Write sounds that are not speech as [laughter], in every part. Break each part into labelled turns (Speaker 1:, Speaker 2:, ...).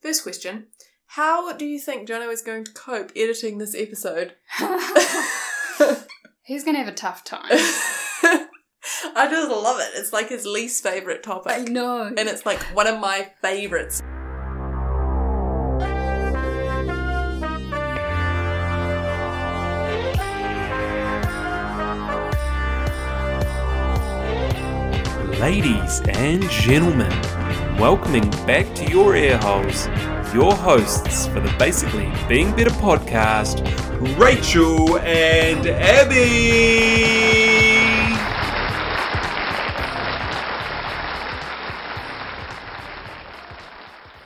Speaker 1: First question How do you think Jono is going to cope editing this
Speaker 2: [laughs]
Speaker 1: episode? [laughs]
Speaker 2: He's gonna have a tough time.
Speaker 1: [laughs] I just love it. It's like his least favourite topic.
Speaker 2: I know.
Speaker 1: and it's like one of my favorites.
Speaker 3: Ladies and gentlemen, welcoming back to your ear holes, your hosts for the Basically Being Better podcast, Rachel and Abby.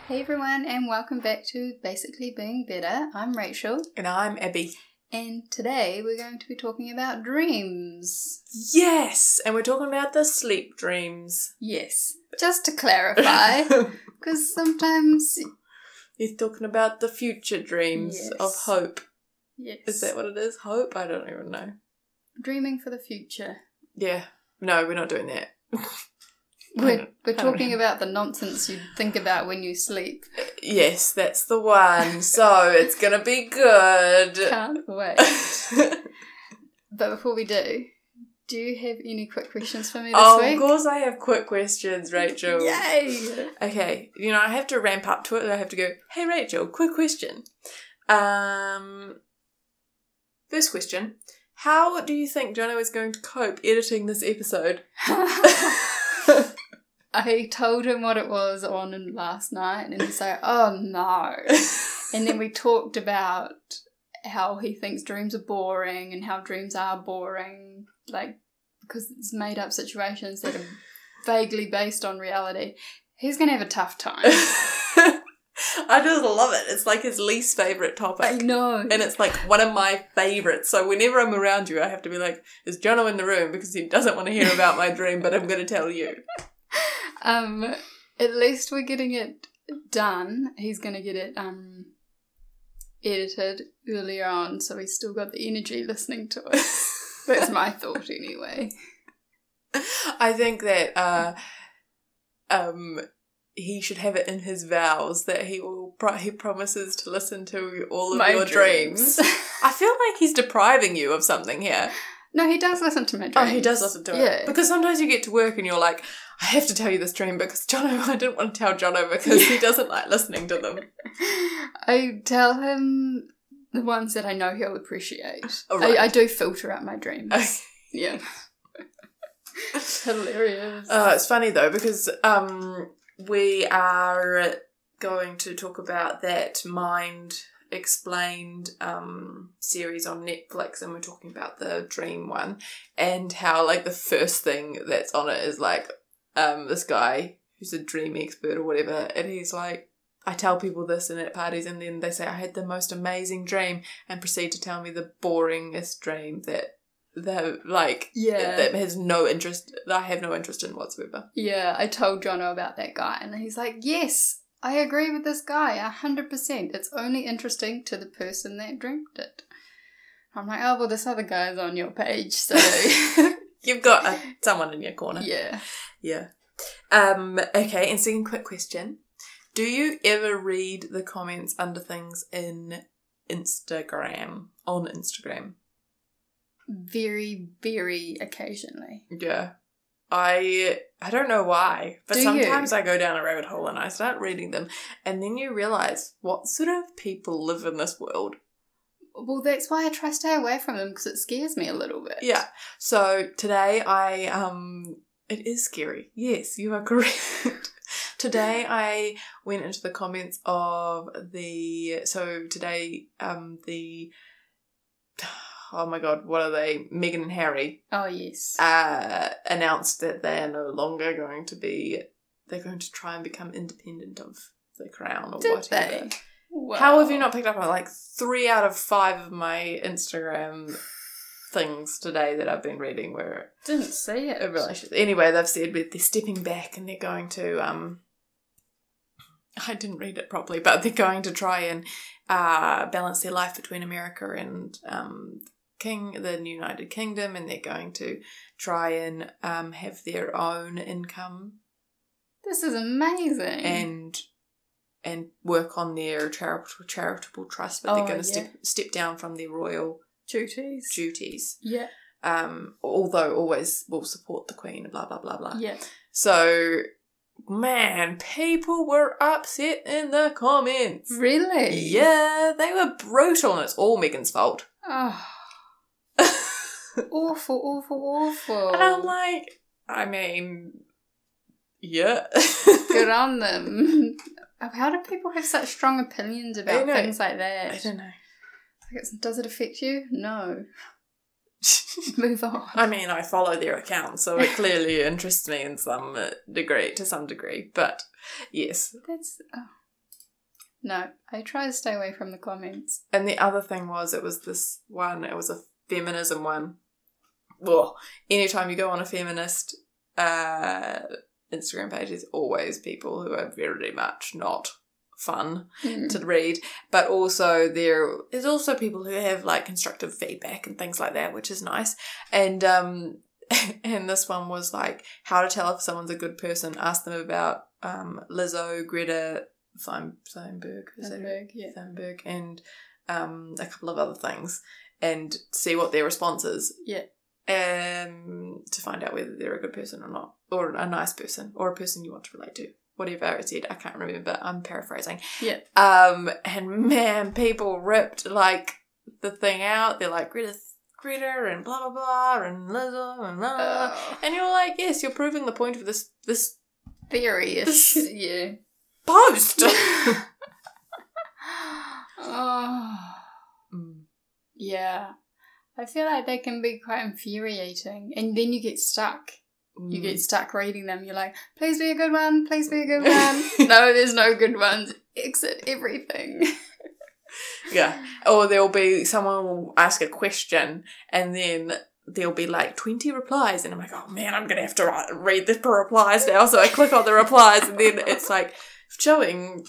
Speaker 2: Hey everyone, and welcome back to Basically Being Better. I'm Rachel,
Speaker 1: And I'm Abby.
Speaker 2: and today we're going to be talking about dreams.
Speaker 1: Yes, and we're talking about the sleep dreams.
Speaker 2: Yes. Just
Speaker 1: [laughs]
Speaker 2: to clarify, because sometimes.
Speaker 1: He's talking about the future dreams
Speaker 2: Yes.
Speaker 1: of hope.
Speaker 2: Yes.
Speaker 1: Is that what it is? Hope? I don't even know.
Speaker 2: Dreaming for the future.
Speaker 1: Yeah. No, we're not doing that. Mm,
Speaker 2: We're,
Speaker 1: I
Speaker 2: we're
Speaker 1: don't
Speaker 2: talking about the nonsense you think about when
Speaker 1: [laughs]
Speaker 2: you sleep.
Speaker 1: Yes, that's the one. So it's gonna be good.
Speaker 2: Can't wait.
Speaker 1: [laughs]
Speaker 2: But before we do, do you have any quick questions for me [laughs] this
Speaker 1: oh,
Speaker 2: week?
Speaker 1: of course I have quick questions, Rachel. [laughs]
Speaker 2: [laughs] Yay!
Speaker 1: Okay, you know, I have to ramp up to it. I have to go, hey, Rachel, quick question. Um, first question How do you think Jono is going to cope editing this episode? [laughs]
Speaker 2: I told him what it was on last night, and he's like, oh no. And then we talked about how he thinks dreams are boring and how dreams are boring, like, because it's made up situations that are vaguely based on reality. He's going to have a tough time.
Speaker 1: [laughs] I just love it. It's like his least favourite topic.
Speaker 2: I know.
Speaker 1: and it's like one of my favorites. So whenever I'm around you, I have to be like, "Is Jono in the room?" Because he doesn't want to hear about my dream, but I'm going to tell you.
Speaker 2: um, at least we're getting it done. He's going to get it um, edited earlier on, so he's still got the energy listening to it. That's my thought, anyway.
Speaker 1: [laughs] I think that uh, um, he should have it in his vows that he will. Pro- he promises to listen to all of
Speaker 2: My
Speaker 1: your dreams. I feel like he's depriving you of something here.
Speaker 2: [laughs] no, he does listen to my dreams.
Speaker 1: Oh, he does listen to it.
Speaker 2: Yeah.
Speaker 1: Because sometimes you get to work and you're like, I have to tell you this dream because Jono, [laughs] I didn't want to tell Jono because he doesn't like listening to [laughs] them.
Speaker 2: [laughs] I tell him the ones that I know he'll appreciate.
Speaker 1: Oh, right.
Speaker 2: I, I do filter out my dreams.
Speaker 1: [laughs]
Speaker 2: yeah. [laughs] Hilarious.
Speaker 1: Uh, it's funny though because um, we are going to talk about that Mind Explained um, series on Netflix, and we're talking about the dream one and how like the first thing that's on it is like um, this guy who's a dream expert or whatever, and he's like. I tell people this and at parties, and then they say I had the most amazing dream, and proceed to tell me the boringest dream that they're like
Speaker 2: yeah.
Speaker 1: that has no interest that I have no interest in whatsoever.
Speaker 2: Yeah, I told Jono about that guy, and he's like, Yes, I agree with this guy 100%. It's only interesting to the person that dreamt it. I'm like, Oh, well, this other guy's on your
Speaker 1: [laughs]
Speaker 2: page, so.
Speaker 1: You've got uh, someone in your corner.
Speaker 2: [laughs] yeah.
Speaker 1: Yeah. Um, okay, and second quick question. Do you ever read the comments under things in Instagram? On Instagram?
Speaker 2: Very, very occasionally.
Speaker 1: Yeah. I I don't know why, but
Speaker 2: Do you?
Speaker 1: sometimes I go down a rabbit hole and I start reading them and then you realize what sort of people live in this world.
Speaker 2: Well, that's why I try to stay away from them because it scares me a little bit.
Speaker 1: Yeah. So today I um it is scary. Yes, you are [laughs] correct. today I went into the comments of the so today um the oh my god, what are they? Meghan and Harry
Speaker 2: Oh, yes.
Speaker 1: uh announced that they are no longer going to be they're going to try and become independent of the crown or
Speaker 2: Did
Speaker 1: whatever.
Speaker 2: they? Wow.
Speaker 1: How have you not picked up on like three out of five of my Instagram things today that I've been reading were
Speaker 2: Didn't see it.
Speaker 1: in relation? Anyway, they've said that they're stepping back and they're going to. um I didn't read it properly, but they're going to try and uh, balance their life between America and um, King, the United Kingdom, and they're going to try and um, have their own income
Speaker 2: Mm. This is amazing.
Speaker 1: and and work on their charitable, charitable trust, but they're
Speaker 2: Oh,
Speaker 1: going to
Speaker 2: yeah.
Speaker 1: step step down from their royal
Speaker 2: Duties.
Speaker 1: duties.
Speaker 2: yeah.
Speaker 1: Um, although always will support the queen and blah blah blah blah.
Speaker 2: Yeah.
Speaker 1: So, man, people were upset in the comments.
Speaker 2: Really?
Speaker 1: Yeah, they were brutal, and it's all Megan's fault. [laughs]
Speaker 2: Oh,
Speaker 1: and
Speaker 2: awful, awful, awful.
Speaker 1: I'm like, I mean, yeah. [laughs]
Speaker 2: good on them. [laughs] How do people have such strong opinions about
Speaker 1: know.
Speaker 2: things like that?
Speaker 1: I don't know.
Speaker 2: Like it's- Does it affect you? No.
Speaker 1: [laughs]
Speaker 2: Move on.
Speaker 1: I mean, I follow their account, so it clearly interests me in some uh, degree, to some degree. But yes,
Speaker 2: That's. Oh. No, I try to stay away from the comments.
Speaker 1: And the other thing was, it was this one, it was a feminism one. Well, anytime you go on a feminist uh, Instagram page, there's always people who are very much not fun
Speaker 2: Mm. [laughs]
Speaker 1: to read, but also there there's also people who have like constructive feedback and things like that, which is nice. And um, [laughs] and this one was like how to tell if someone's a good person. Ask them about um, Lizzo, Greta Thun- Thunberg, is that her
Speaker 2: Thunberg, yeah.
Speaker 1: Thunberg and um, a couple of other things and see what their response is.
Speaker 2: Yeah.
Speaker 1: Um, to find out whether they're a good person or not, or a nice person, or a person you want to relate to. Whatever it said, I can't remember. I'm paraphrasing.
Speaker 2: Yeah.
Speaker 1: Um, and man, people ripped like the thing out. They're like Greta, Greta, and blah blah blah, and Lizzo, and blah. blah. blah.
Speaker 2: Oh.
Speaker 1: And you're like, yes, you're proving the point of this this
Speaker 2: [laughs] Theory-ish. yeah. [laughs]
Speaker 1: post. [laughs]
Speaker 2: oh.
Speaker 1: Mm.
Speaker 2: Yeah. I feel like they can be quite infuriating. And then you get stuck. You
Speaker 1: Mm.
Speaker 2: get stuck reading them. You're like, please be a good one. Please be a
Speaker 1: [laughs]
Speaker 2: good one. no, there's no good ones. Exit everything. [laughs]
Speaker 1: yeah. or there'll be someone will ask a question and then there'll be like 20 replies and i'm like oh man i'm gonna have to write, read the replies now so i click on the replies and then it's like showing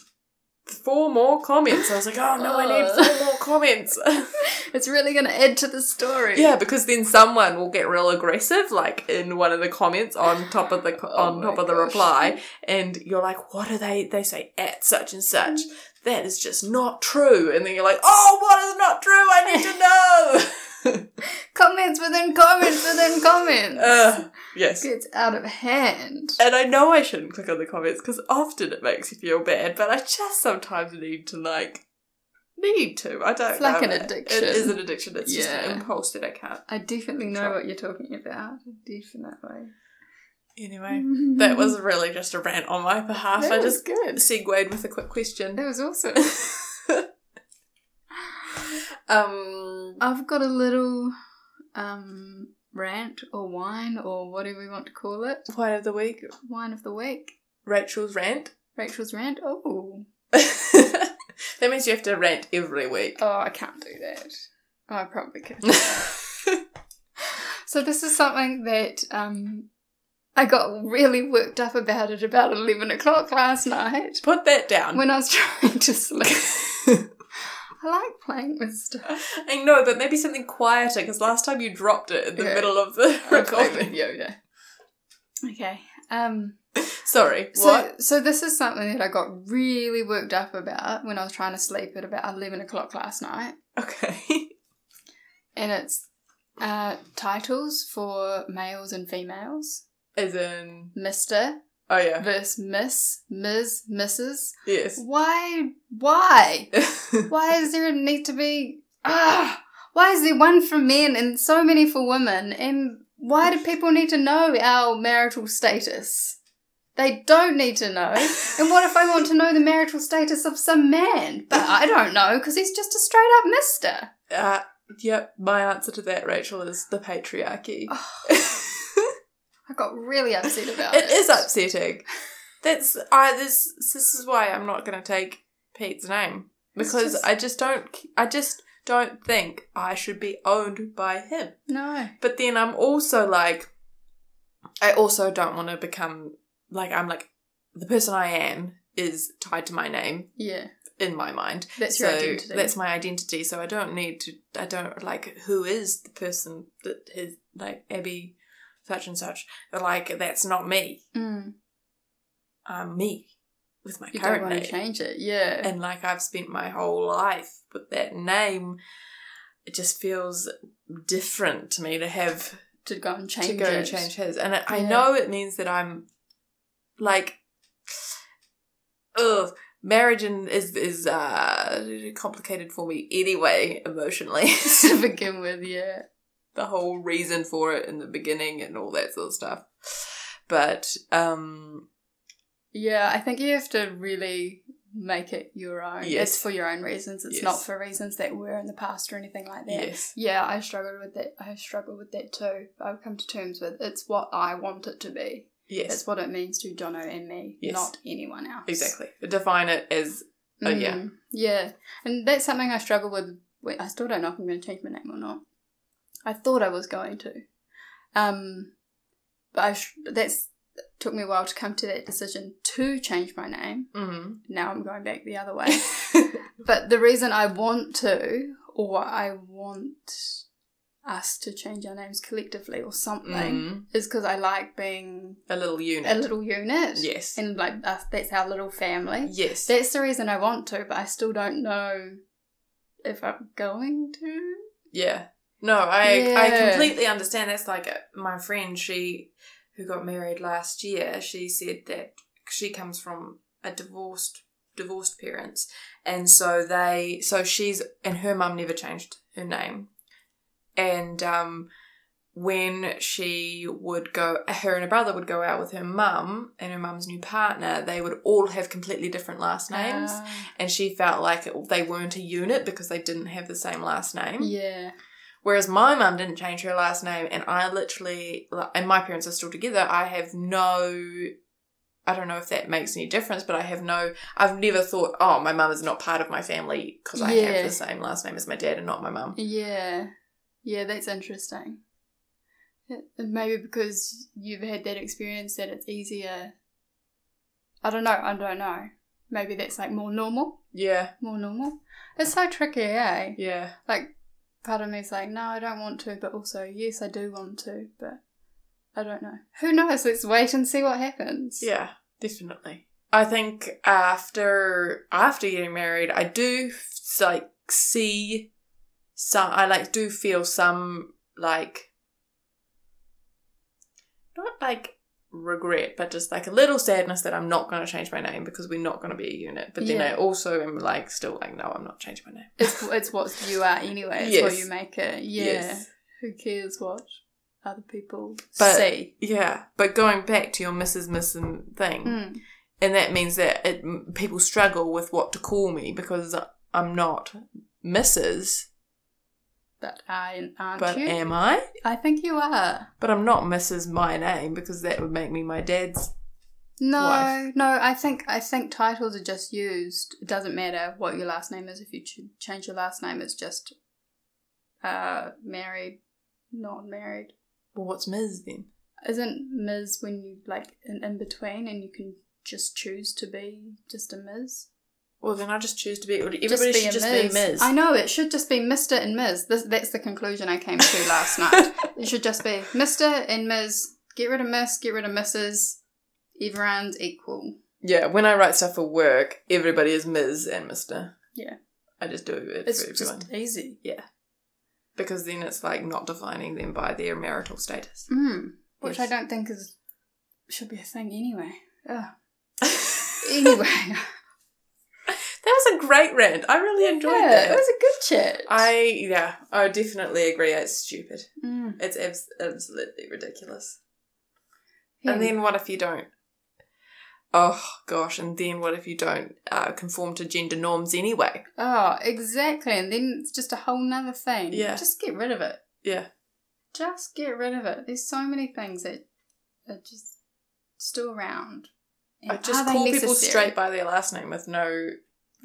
Speaker 1: four more comments i was like oh no i need four more comments [laughs]
Speaker 2: It's really going to add to the story.
Speaker 1: yeah because then someone will get real aggressive like in one of the comments on top of the co-
Speaker 2: [sighs] Oh
Speaker 1: on
Speaker 2: my
Speaker 1: top of the
Speaker 2: gosh.
Speaker 1: reply and you're like what are they they say at such and such that is just not true and then you're like oh what is not true i need to know
Speaker 2: [laughs]
Speaker 1: [laughs]
Speaker 2: Comments within comments within comments.
Speaker 1: Uh, yes.
Speaker 2: Gets out of hand.
Speaker 1: And I know I shouldn't click on the comments because often it makes you feel bad, but I just sometimes need to like need to. I don't
Speaker 2: It's like
Speaker 1: know.
Speaker 2: an addiction.
Speaker 1: It is an addiction. It's just
Speaker 2: Yeah.
Speaker 1: an impulse that I can't.
Speaker 2: I definitely know what you're talking about. Definitely.
Speaker 1: Anyway, that
Speaker 2: [laughs]
Speaker 1: was really just a rant on my behalf.
Speaker 2: Mm-hmm. That
Speaker 1: I
Speaker 2: was
Speaker 1: just
Speaker 2: good.
Speaker 1: segued with a quick question. [laughs]
Speaker 2: That was awesome. [laughs]
Speaker 1: um,
Speaker 2: I've got a little um, rant or wine or whatever we want to call it.
Speaker 1: point of the week,
Speaker 2: Wine of the week.
Speaker 1: Rachel's rant. [laughs]
Speaker 2: Rachel's rant. Oh,
Speaker 1: that means you have to rant every week.
Speaker 2: oh, I can't do that. Oh, I probably could. [laughs] so this is something that um, I got really worked up about at about eleven o'clock last night
Speaker 1: [laughs] Put that down.
Speaker 2: when I was [laughs] trying to sleep. I like playing with stuff.
Speaker 1: I know, but maybe something quieter because last time you dropped it in the
Speaker 2: [laughs] Okay.
Speaker 1: middle of the
Speaker 2: I play with
Speaker 1: recording.
Speaker 2: Yoda. Okay. Um.
Speaker 1: Sorry, what?
Speaker 2: So, so this is something that I got really worked up about when I was trying to sleep at about eleven o'clock last night,
Speaker 1: Okay. [laughs]
Speaker 2: and it's uh, titles for males and females:
Speaker 1: As in,
Speaker 2: Mister
Speaker 1: oh yeah,
Speaker 2: versus Miss, Ms, Mrs.
Speaker 1: yes.
Speaker 2: Why? Why? Why is there a need to be? Ah, why is there one for men and so many for women? And why do people need to know our marital status? They don't need to know. And what if I want to know the marital status of some man? But I don't know because he's just a straight up mister.
Speaker 1: Uh, yep. My answer to that, Rachel, is the patriarchy.
Speaker 2: Oh,
Speaker 1: [laughs]
Speaker 2: I got really upset about it.
Speaker 1: it is upsetting. That's I. This this is why I'm not going to take Pete's name
Speaker 2: It's
Speaker 1: because
Speaker 2: just-
Speaker 1: I just don't. I just don't think I should be owned by him.
Speaker 2: No.
Speaker 1: But then I'm also like, I also don't want to become like I'm like the person I am is tied to my name
Speaker 2: Yeah,
Speaker 1: in my mind.
Speaker 2: that's
Speaker 1: so
Speaker 2: your identity.
Speaker 1: that's my identity. So I don't need to. I don't like who is the person that is like Abby, such and such. Like that's not me.
Speaker 2: Mm.
Speaker 1: I'm me. with my
Speaker 2: You don't
Speaker 1: current
Speaker 2: want
Speaker 1: name.
Speaker 2: to change it. Yeah.
Speaker 1: And like I've spent my whole life with that name, it just feels different to me to have
Speaker 2: to go and change
Speaker 1: to go
Speaker 2: it.
Speaker 1: change his. And I I
Speaker 2: Yeah.
Speaker 1: know it means that I'm like, ugh, marriage and is is uh complicated for me anyway emotionally.
Speaker 2: [laughs]
Speaker 1: [laughs]
Speaker 2: to begin with, yeah.
Speaker 1: the whole reason for it in the beginning and all that sort of stuff. But um,
Speaker 2: Yeah, I think you have to really make it your own.
Speaker 1: Yes.
Speaker 2: It's for your own reasons. It's not
Speaker 1: Yes.
Speaker 2: for reasons that were in the past or anything like that.
Speaker 1: yes,
Speaker 2: Yeah, I struggled with that. I struggled with that too. I've come to terms with it's what I want it to be.
Speaker 1: yes,
Speaker 2: It's what it means to Jono and me,
Speaker 1: Yes.
Speaker 2: not anyone else.
Speaker 1: exactly. Define it as Oh, yeah.
Speaker 2: Mm, yeah. And that's something I struggle with. Wait, I still don't know if I'm going to change my name or not. I thought I was going to. Um, but I sh- that's took me a while to come to that decision to change my name.
Speaker 1: mm,
Speaker 2: Now I'm going back the other way. but the reason I want to, or I want us to change our names collectively or something,
Speaker 1: mm,
Speaker 2: is because I like being
Speaker 1: a little unit.
Speaker 2: a little unit.
Speaker 1: yes,
Speaker 2: And like us, that's our little family.
Speaker 1: yes.
Speaker 2: That's the reason I want to, but I still don't know if I'm going to.
Speaker 1: Yeah. No, I I
Speaker 2: Yeah.
Speaker 1: completely understand. That's like uh, my friend, she who got married last year. She said that she comes from a divorced divorced parents, and so they so she's and her mum never changed her name, and um, when she would go, her and her brother would go out with her mum and her mum's new partner. They would all have completely different last names,
Speaker 2: Ah,
Speaker 1: and she felt like it, they weren't a unit because they didn't have the same last name.
Speaker 2: yeah.
Speaker 1: Whereas my mum didn't change her last name, and I literally, like, and my parents are still together. I have no, I don't know if that makes any difference, but I have no, I've never thought, oh, my mum is not part of my family because I
Speaker 2: Yeah.
Speaker 1: have the same last name as my dad and not my mum.
Speaker 2: Yeah. Yeah, that's interesting. It- Maybe because you've had that experience that it's easier. I don't know. I don't know. Maybe that's like more normal.
Speaker 1: Yeah,
Speaker 2: More normal. It's so tricky, eh?
Speaker 1: yeah,
Speaker 2: Like, part of me's like, no, I don't want to, but also, yes, I do want to, but I don't know. Who knows? Let's wait and see what happens.
Speaker 1: yeah, definitely. I think after after getting married, I do like see some. I like do feel some like not like regret, but just like a little sadness that I'm not going to change my name because we're not going to be a unit. But then
Speaker 2: Yeah.
Speaker 1: I also am like still like, no, I'm not changing my name.
Speaker 2: It's
Speaker 1: [laughs]
Speaker 2: it's what you are anyway. It's what
Speaker 1: Yes.
Speaker 2: you make it. Yeah. Who cares what other people
Speaker 1: But-
Speaker 2: see?
Speaker 1: Yeah, but going back to your Mrs. Missin thing,
Speaker 2: Mm.
Speaker 1: and that means that it, m- people struggle with what to call me because I'm not Mrs.
Speaker 2: But I aren't
Speaker 1: But
Speaker 2: you?
Speaker 1: am I?
Speaker 2: I think you are.
Speaker 1: But I'm not Mrs. My name because that would make me my dad's.
Speaker 2: No,
Speaker 1: Wife.
Speaker 2: no. I think I think titles are just used. It doesn't matter what your last name is. If you ch- change your last name, it's just uh, married, not married.
Speaker 1: Well, what's Ms. then?
Speaker 2: Isn't Ms. when you like an in between and you can just choose to be just a Ms.
Speaker 1: Well, then I just choose to be. Everybody
Speaker 2: Just
Speaker 1: should just be Ms.
Speaker 2: I know it should just be Mister and Ms. This, that's the conclusion I came to last [laughs] night. It should just be Mister and Ms. Get rid of Miss. Get rid of Mrs. Everyone's equal.
Speaker 1: Yeah, when I write stuff for work, everybody is Ms. and Mr.
Speaker 2: Yeah.
Speaker 1: I just do it
Speaker 2: It's
Speaker 1: for everyone.
Speaker 2: just easy.
Speaker 1: because then it's like not defining them by their marital status.
Speaker 2: Mm, which I
Speaker 1: Yes.
Speaker 2: don't think is should be a thing anyway. [laughs] Ugh. Anyway,
Speaker 1: that was a great rant. I really enjoyed
Speaker 2: yeah, it
Speaker 1: that.
Speaker 2: was a good chat.
Speaker 1: I yeah, I definitely agree. It's stupid.
Speaker 2: Mm.
Speaker 1: It's abs- absolutely ridiculous.
Speaker 2: Yeah.
Speaker 1: And then what if you don't? Oh gosh! And then what if you don't uh, conform to gender norms anyway?
Speaker 2: oh, exactly, and then it's just a whole nother thing.
Speaker 1: Yeah.
Speaker 2: just get rid of it.
Speaker 1: Yeah,
Speaker 2: just get rid of it. There's so many things that are just still around. And
Speaker 1: I just
Speaker 2: are they
Speaker 1: call people
Speaker 2: necessary?
Speaker 1: straight by their last name with no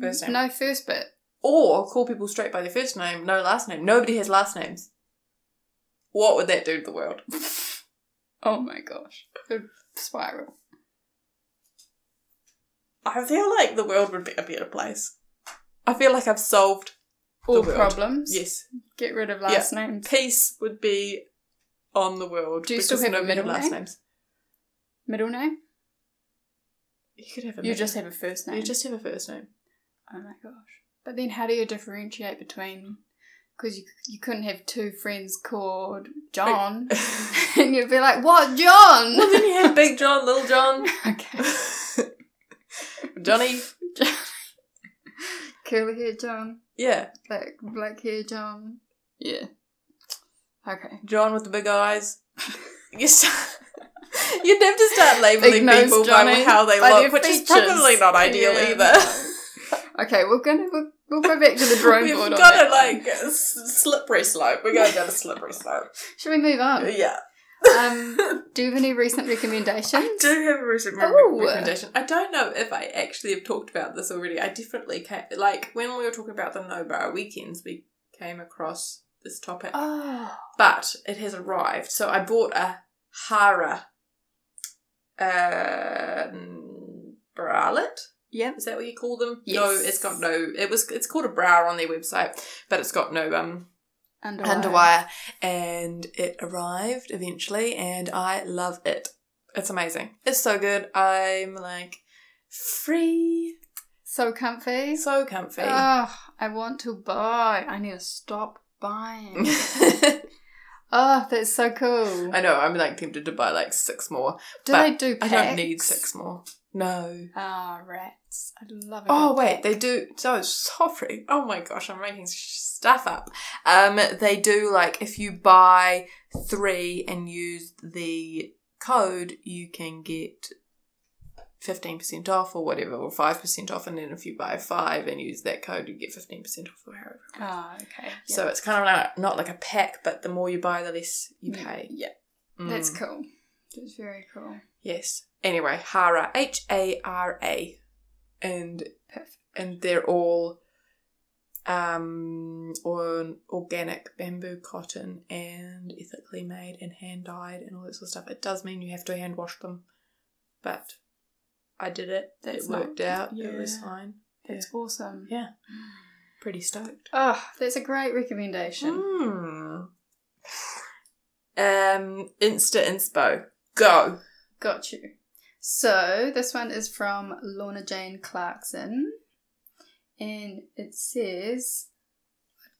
Speaker 1: first name.
Speaker 2: No first bit.
Speaker 1: or call people straight by their first name, no last name. Nobody has last names. What would that do to the world?
Speaker 2: Oh my gosh, it would spiral.
Speaker 1: I feel like the world would be a better place. I feel like I've solved.
Speaker 2: All
Speaker 1: world.
Speaker 2: problems.
Speaker 1: Yes,
Speaker 2: Get rid of last names.
Speaker 1: peace would be on the world.
Speaker 2: Do you still
Speaker 1: because
Speaker 2: have a
Speaker 1: nobody had
Speaker 2: middle name?
Speaker 1: names?
Speaker 2: Middle name.
Speaker 1: You could have a
Speaker 2: You
Speaker 1: middle-
Speaker 2: just have a first name.
Speaker 1: You just have a first
Speaker 2: [laughs]
Speaker 1: name.
Speaker 2: Oh my gosh. But then how do you differentiate between because you, you couldn't have two friends called John [laughs] and you'd be like, "What, John?"
Speaker 1: well, then you have Big John, Little John,
Speaker 2: [laughs] okay.
Speaker 1: Johnny.
Speaker 2: Curly hair John,
Speaker 1: Yeah,
Speaker 2: black black hair John. Yeah. Okay.
Speaker 1: John with the big
Speaker 2: [laughs]
Speaker 1: eyes. You start, you'd have to start labeling
Speaker 2: Big nose
Speaker 1: people by
Speaker 2: Johnny,
Speaker 1: how they
Speaker 2: by their
Speaker 1: look, which is
Speaker 2: features.
Speaker 1: probably not ideal
Speaker 2: Yeah,
Speaker 1: either.
Speaker 2: Okay, we're gonna we'll, we'll go back to the drawing
Speaker 1: We've
Speaker 2: board. on
Speaker 1: got
Speaker 2: that
Speaker 1: a
Speaker 2: one.
Speaker 1: like a s- slippery slope. We're going down a slippery
Speaker 2: [laughs]
Speaker 1: slope.
Speaker 2: Should we move on?
Speaker 1: Yeah.
Speaker 2: Um, do you have any recent recommendations?
Speaker 1: I do have a recent re-
Speaker 2: Oh.
Speaker 1: recommendation. I don't know if I actually have talked about this already. I definitely came, like when we were talking about the no bar weekends, we came across this topic,
Speaker 2: Oh,
Speaker 1: but it has arrived. So I bought a Hara um, bralette.
Speaker 2: yep.
Speaker 1: Is that what you call them?
Speaker 2: Yes.
Speaker 1: No, it's got no. It was. It's called a bra on their website, but it's got no um
Speaker 2: Underwire.
Speaker 1: underwire. And it arrived eventually, and I love it. It's amazing. It's so good. I'm like free,
Speaker 2: So comfy.
Speaker 1: so comfy. [laughs]
Speaker 2: Oh, I want to buy. I need to stop buying.
Speaker 1: [laughs]
Speaker 2: oh, that's so cool.
Speaker 1: I know. I'm like tempted to buy like six more.
Speaker 2: do
Speaker 1: but
Speaker 2: they do packs?
Speaker 1: I don't need six more. No.
Speaker 2: Ah, rats. I love it.
Speaker 1: Oh wait, they do. So sorry. Oh my gosh, I'm making sh- stuff up. Um, they do like if you buy three and use the code, you can get fifteen percent off or whatever, or five percent off. And then if you buy five and use that code, you get fifteen percent off or however.
Speaker 2: Oh, okay. Yeah.
Speaker 1: So it's kind of like, not like a pack, but the more you buy, the less you
Speaker 2: Yeah,
Speaker 1: pay.
Speaker 2: Yeah,
Speaker 1: Mm.
Speaker 2: that's cool. That's very cool.
Speaker 1: yes. Anyway, Hara H A R A, and
Speaker 2: Perfect.
Speaker 1: and they're all um on organic bamboo cotton and ethically made and hand dyed and all that sort of stuff. It does mean you have to hand wash them, but I did it.
Speaker 2: That's
Speaker 1: it worked
Speaker 2: not-
Speaker 1: out. It was
Speaker 2: yeah.
Speaker 1: fine.
Speaker 2: That's awesome.
Speaker 1: Yeah. Pretty stoked.
Speaker 2: Oh, that's a great recommendation. Hmm.
Speaker 1: Mm. Um, Insta Inspo. Go.
Speaker 2: Got you. So this one is from Lorna Jane Clarkson, and it says,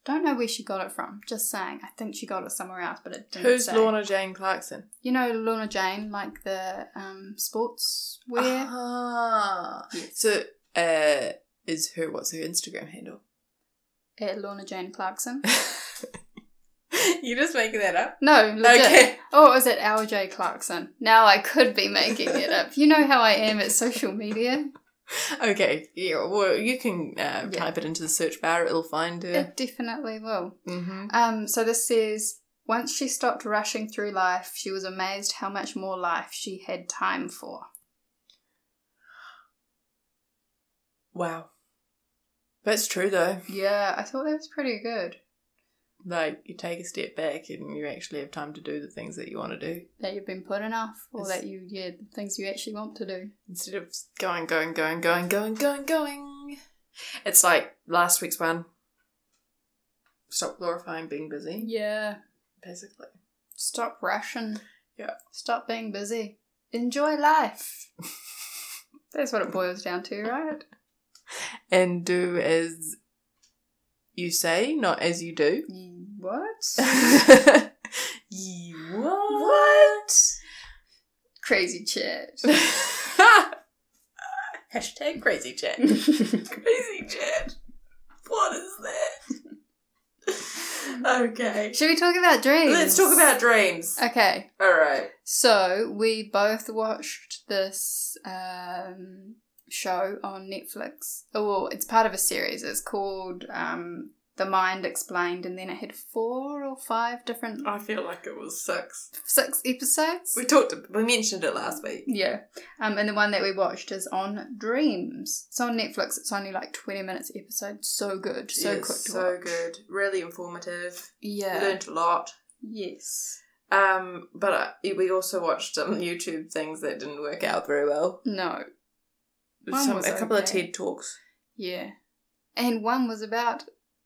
Speaker 2: I don't know where she got it from. Just saying, I think she got it somewhere else, but it didn't.
Speaker 1: Who's
Speaker 2: say.
Speaker 1: Lorna Jane Clarkson?
Speaker 2: You know Lorna Jane, like the um, sports wear.
Speaker 1: [gasps] Ah.
Speaker 2: Yes.
Speaker 1: So, uh, is her what's her Instagram handle? [laughs]
Speaker 2: At Lorna Jane Clarkson.
Speaker 1: You're just making that up.
Speaker 2: No, legit.
Speaker 1: Okay.
Speaker 2: Oh, was it LJ Clarkson? Now I could be making it up. You know how I am at social media.
Speaker 1: Okay. Yeah. Well, you can uh,
Speaker 2: Yeah.
Speaker 1: type it into the search bar. It'll find her.
Speaker 2: It definitely will.
Speaker 1: hmm
Speaker 2: Um, so this says once she stopped rushing through life, she was amazed how much more life she had time for.
Speaker 1: Wow. That's true though.
Speaker 2: Yeah, I thought that was pretty good.
Speaker 1: Like you take a step back and you actually have time to do the things that you want to do
Speaker 2: That you've been putting off, or
Speaker 1: It's-
Speaker 2: that you yeah, the things you actually want to do.
Speaker 1: instead of going, going, going, going, going, going, going. It's like last week's one. Stop glorifying being busy.
Speaker 2: Yeah.
Speaker 1: Basically.
Speaker 2: Stop rushing.
Speaker 1: Yeah.
Speaker 2: Stop being busy.
Speaker 1: [laughs]
Speaker 2: Enjoy life. That's what it boils down to, right?
Speaker 1: And do as you say, not as you do. [laughs]
Speaker 2: You- What?
Speaker 1: you what?
Speaker 2: Crazy chat.
Speaker 1: Hashtag [laughs] crazy chat.
Speaker 2: [laughs]
Speaker 1: crazy chat. What is that? okay.
Speaker 2: Should we talk about dreams?
Speaker 1: Let's talk about dreams.
Speaker 2: Okay.
Speaker 1: All right.
Speaker 2: So we both watched this um, show on Netflix. Oh, well, it's part of a series. It's called um, The Mind Explained, and then it had four or five different
Speaker 1: I feel like it was six.
Speaker 2: six episodes.
Speaker 1: We talked. We mentioned it last week.
Speaker 2: Yeah. Um, and the one that we watched is on dreams. It's on Netflix. It's only like twenty minutes episode. So good. So
Speaker 1: It's
Speaker 2: quick to
Speaker 1: so
Speaker 2: watch.
Speaker 1: good. Really informative.
Speaker 2: Yeah.
Speaker 1: Learned a lot.
Speaker 2: Yes.
Speaker 1: Um, but uh, we also watched some [laughs] YouTube things that didn't work out very well.
Speaker 2: No. One
Speaker 1: Some,
Speaker 2: was
Speaker 1: a couple of [laughs]
Speaker 2: [laughs] okay.
Speaker 1: TED talks.
Speaker 2: Yeah. And one was about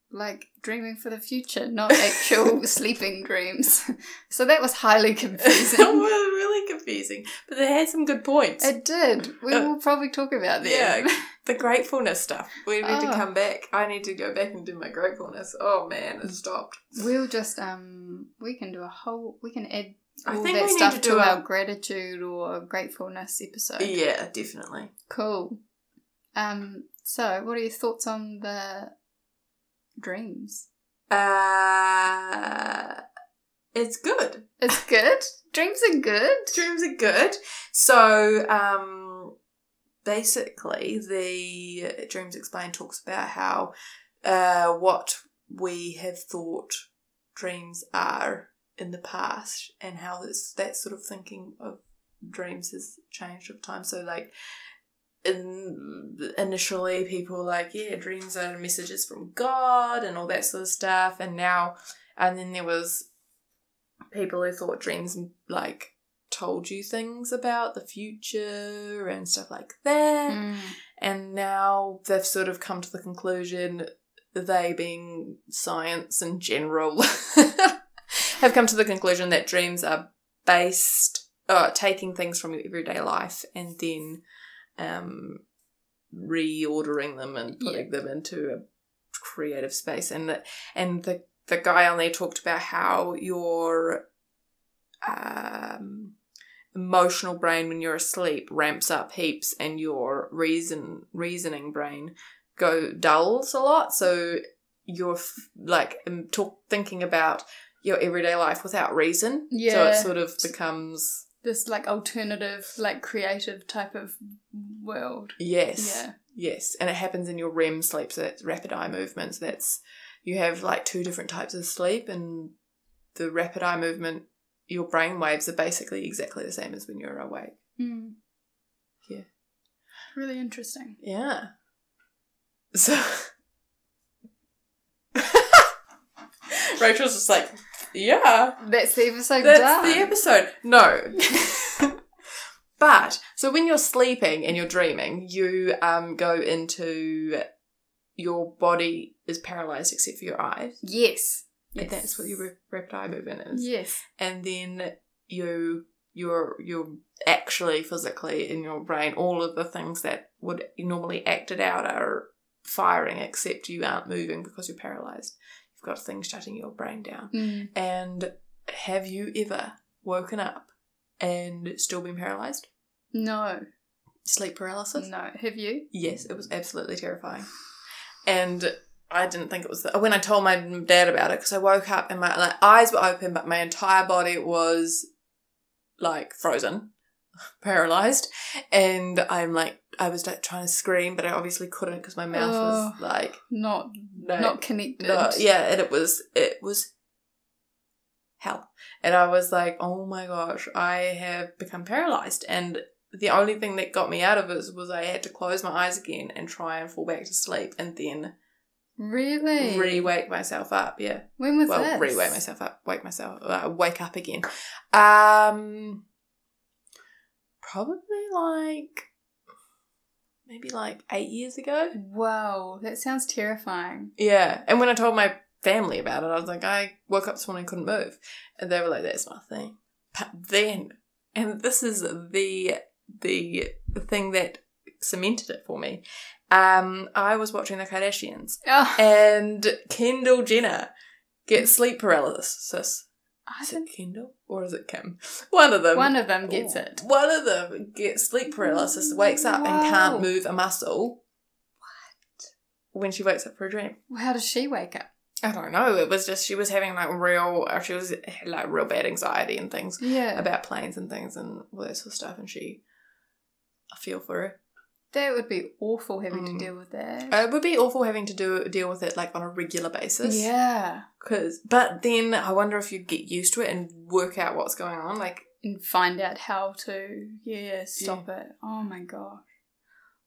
Speaker 2: like dreaming for the future,
Speaker 1: [laughs]
Speaker 2: not actual sleeping dreams. [laughs] So that was highly
Speaker 1: it [laughs] was
Speaker 2: confusing.
Speaker 1: really confusing, but they had some good points.
Speaker 2: it did. We
Speaker 1: Uh,
Speaker 2: will probably talk about them.
Speaker 1: yeah. the gratefulness stuff. We need to
Speaker 2: Oh.
Speaker 1: come back. I need to go back and do my gratefulness. Oh man, it stopped.
Speaker 2: [laughs] We'll just um we can do a whole we can add
Speaker 1: I
Speaker 2: all
Speaker 1: think
Speaker 2: that
Speaker 1: we need
Speaker 2: stuff
Speaker 1: to
Speaker 2: to,
Speaker 1: do a-
Speaker 2: our gratitude or gratefulness episode.
Speaker 1: Yeah, definitely.
Speaker 2: Cool. Um so what are your thoughts on the dreams?
Speaker 1: Uh, it's good.
Speaker 2: It's good. dreams are good.
Speaker 1: Dreams are good. So, um, basically, the Dreams Explained talks about how uh, what we have thought dreams are in the past and how this, that sort of thinking of dreams has changed over time. So, like, in, initially, people were like, yeah, dreams are messages from God and all that sort of stuff. And now, and then there was people who thought dreams, like, told you things about the future and stuff like that
Speaker 2: Mm.
Speaker 1: and now they've sort of come to the conclusion they being science in general [laughs] have come to the conclusion that dreams are based uh, taking things from your everyday life and then um, reordering them and putting them into a creative space and the, and the the guy on there talked about how your um, emotional brain when you're asleep ramps up heaps and your reason reasoning brain go dulls a lot so you're f- like um, talk, thinking about your everyday life without reason so
Speaker 2: Yeah.
Speaker 1: it sort of becomes
Speaker 2: This like alternative, like creative type of world.
Speaker 1: yes
Speaker 2: Yeah.
Speaker 1: Yes, and it happens in your REM sleep, so that's rapid eye movement. So that's you have like two different types of sleep, and the rapid eye movement, your brain waves are basically exactly the same as when you're awake.
Speaker 2: Mm.
Speaker 1: Yeah.
Speaker 2: Really interesting.
Speaker 1: Yeah. So [laughs] Rachel's just like, yeah,
Speaker 2: That's the episode
Speaker 1: that's
Speaker 2: done.
Speaker 1: the episode. No. but so when you're sleeping and you're dreaming, you um go into your body is paralyzed except for your eyes.
Speaker 2: yes.
Speaker 1: And that's what your rep- rapid eye movement is.
Speaker 2: Yes.
Speaker 1: And then you you're you're actually physically in your brain, all of the things that would normally act it out are firing except you aren't moving because you're paralyzed. You've got things shutting your brain down.
Speaker 2: Mm.
Speaker 1: And have you ever woken up and still been paralyzed?
Speaker 2: No.
Speaker 1: Sleep paralysis?
Speaker 2: No. Have you?
Speaker 1: Yes, it was absolutely terrifying. And I didn't think it was the, when I told my dad about it because I woke up and my like, eyes were open, but my entire body was like frozen, [laughs] paralyzed, and I'm like I was like trying to scream, but I obviously couldn't because my mouth was
Speaker 2: Oh.
Speaker 1: like
Speaker 2: Not.
Speaker 1: no,
Speaker 2: Not connected.
Speaker 1: no, yeah, and it was it was hell. And I was like, oh my gosh, I have become paralyzed. And the only thing that got me out of it was, I had to close my eyes again and try and fall back to sleep and then
Speaker 2: Really.
Speaker 1: re wake myself up. Yeah.
Speaker 2: when was
Speaker 1: well,
Speaker 2: this?
Speaker 1: re wake myself up, wake myself, uh, wake up again. Um, probably like maybe like eight years ago.
Speaker 2: Wow, that sounds terrifying.
Speaker 1: Yeah. And when I told my family about it, I was like, I woke up this morning and couldn't move. And they were like, that's my thing. But then, and this is the, the thing that cemented it for me. Um, I was watching the Kardashians
Speaker 2: Oh,
Speaker 1: and Kendall Jenner gets sleep paralysis. [laughs]
Speaker 2: I
Speaker 1: Is it
Speaker 2: think
Speaker 1: Kendall or is it Kim? One of them.
Speaker 2: one of them gets
Speaker 1: oh.
Speaker 2: it.
Speaker 1: One of them gets sleep paralysis, wakes up and
Speaker 2: Wow.
Speaker 1: can't move a muscle. What? When she wakes up for a dream.
Speaker 2: Well, How does she wake up?
Speaker 1: I don't know. It was just she was having like real, uh, she was had, like real bad anxiety and things
Speaker 2: Yeah,
Speaker 1: about planes and things and all that sort of stuff. And she, I feel for her.
Speaker 2: that would be awful having
Speaker 1: Mm.
Speaker 2: to deal with that.
Speaker 1: Uh, It would be awful having to do deal with it like on a regular basis.
Speaker 2: yeah,
Speaker 1: Cause, but then I wonder if you get used to it and work out what's going on. Like,
Speaker 2: and find out how to yeah stop it. Oh my gosh.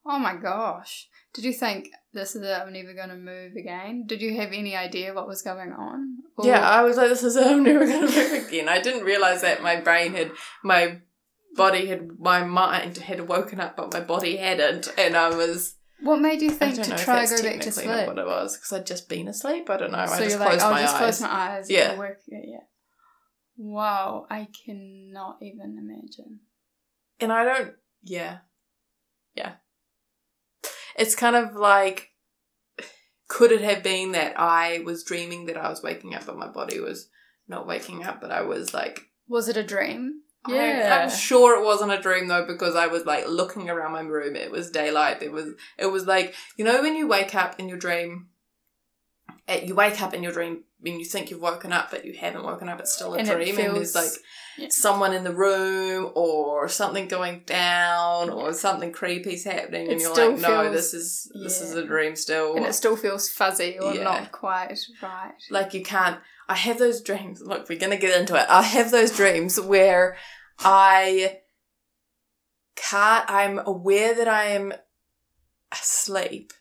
Speaker 2: Oh my gosh. Did you think this is it? I'm never going to move again? Did you have any idea what was going on? Or-
Speaker 1: yeah, I was like, this is it. I'm never gonna move again. I didn't realize that my brain had my body had my mind had woken up, but my body hadn't, and I was
Speaker 2: What made you
Speaker 1: I
Speaker 2: think
Speaker 1: don't
Speaker 2: to
Speaker 1: know
Speaker 2: try
Speaker 1: if
Speaker 2: to
Speaker 1: that's
Speaker 2: go back to
Speaker 1: technically not
Speaker 2: sleep?
Speaker 1: what it was because I'd just been asleep. I don't know. I
Speaker 2: so
Speaker 1: just
Speaker 2: you're like,
Speaker 1: closed
Speaker 2: I'll
Speaker 1: my
Speaker 2: just
Speaker 1: eyes.
Speaker 2: close my eyes.
Speaker 1: Yeah.
Speaker 2: it'll Work. Yeah, yeah. Wow, I cannot even imagine.
Speaker 1: and I don't. Yeah, yeah. It's kind of like, could it have been that I was dreaming that I was waking up, but my body was not waking up, but I was like
Speaker 2: Was it a dream?
Speaker 1: I- I'm sure it wasn't a dream though because I was like looking around my room. It was daylight. It was it was like you know when you wake up in your dream. eh, You wake up in your dream and you think you've woken up, but you haven't woken up. It's still a
Speaker 2: And it
Speaker 1: dream, and there's
Speaker 2: feels-
Speaker 1: like
Speaker 2: Yeah.
Speaker 1: someone in the room or something going down or something creepy's happening, and
Speaker 2: It
Speaker 1: you're
Speaker 2: still
Speaker 1: like, no,
Speaker 2: feels-
Speaker 1: this is this is
Speaker 2: yeah.
Speaker 1: a dream still.
Speaker 2: and it still feels fuzzy or
Speaker 1: Yeah.
Speaker 2: not quite right.
Speaker 1: Like you can't. I have those dreams. Look, we're gonna get into it. I have those dreams where I can't. I'm aware that I am asleep,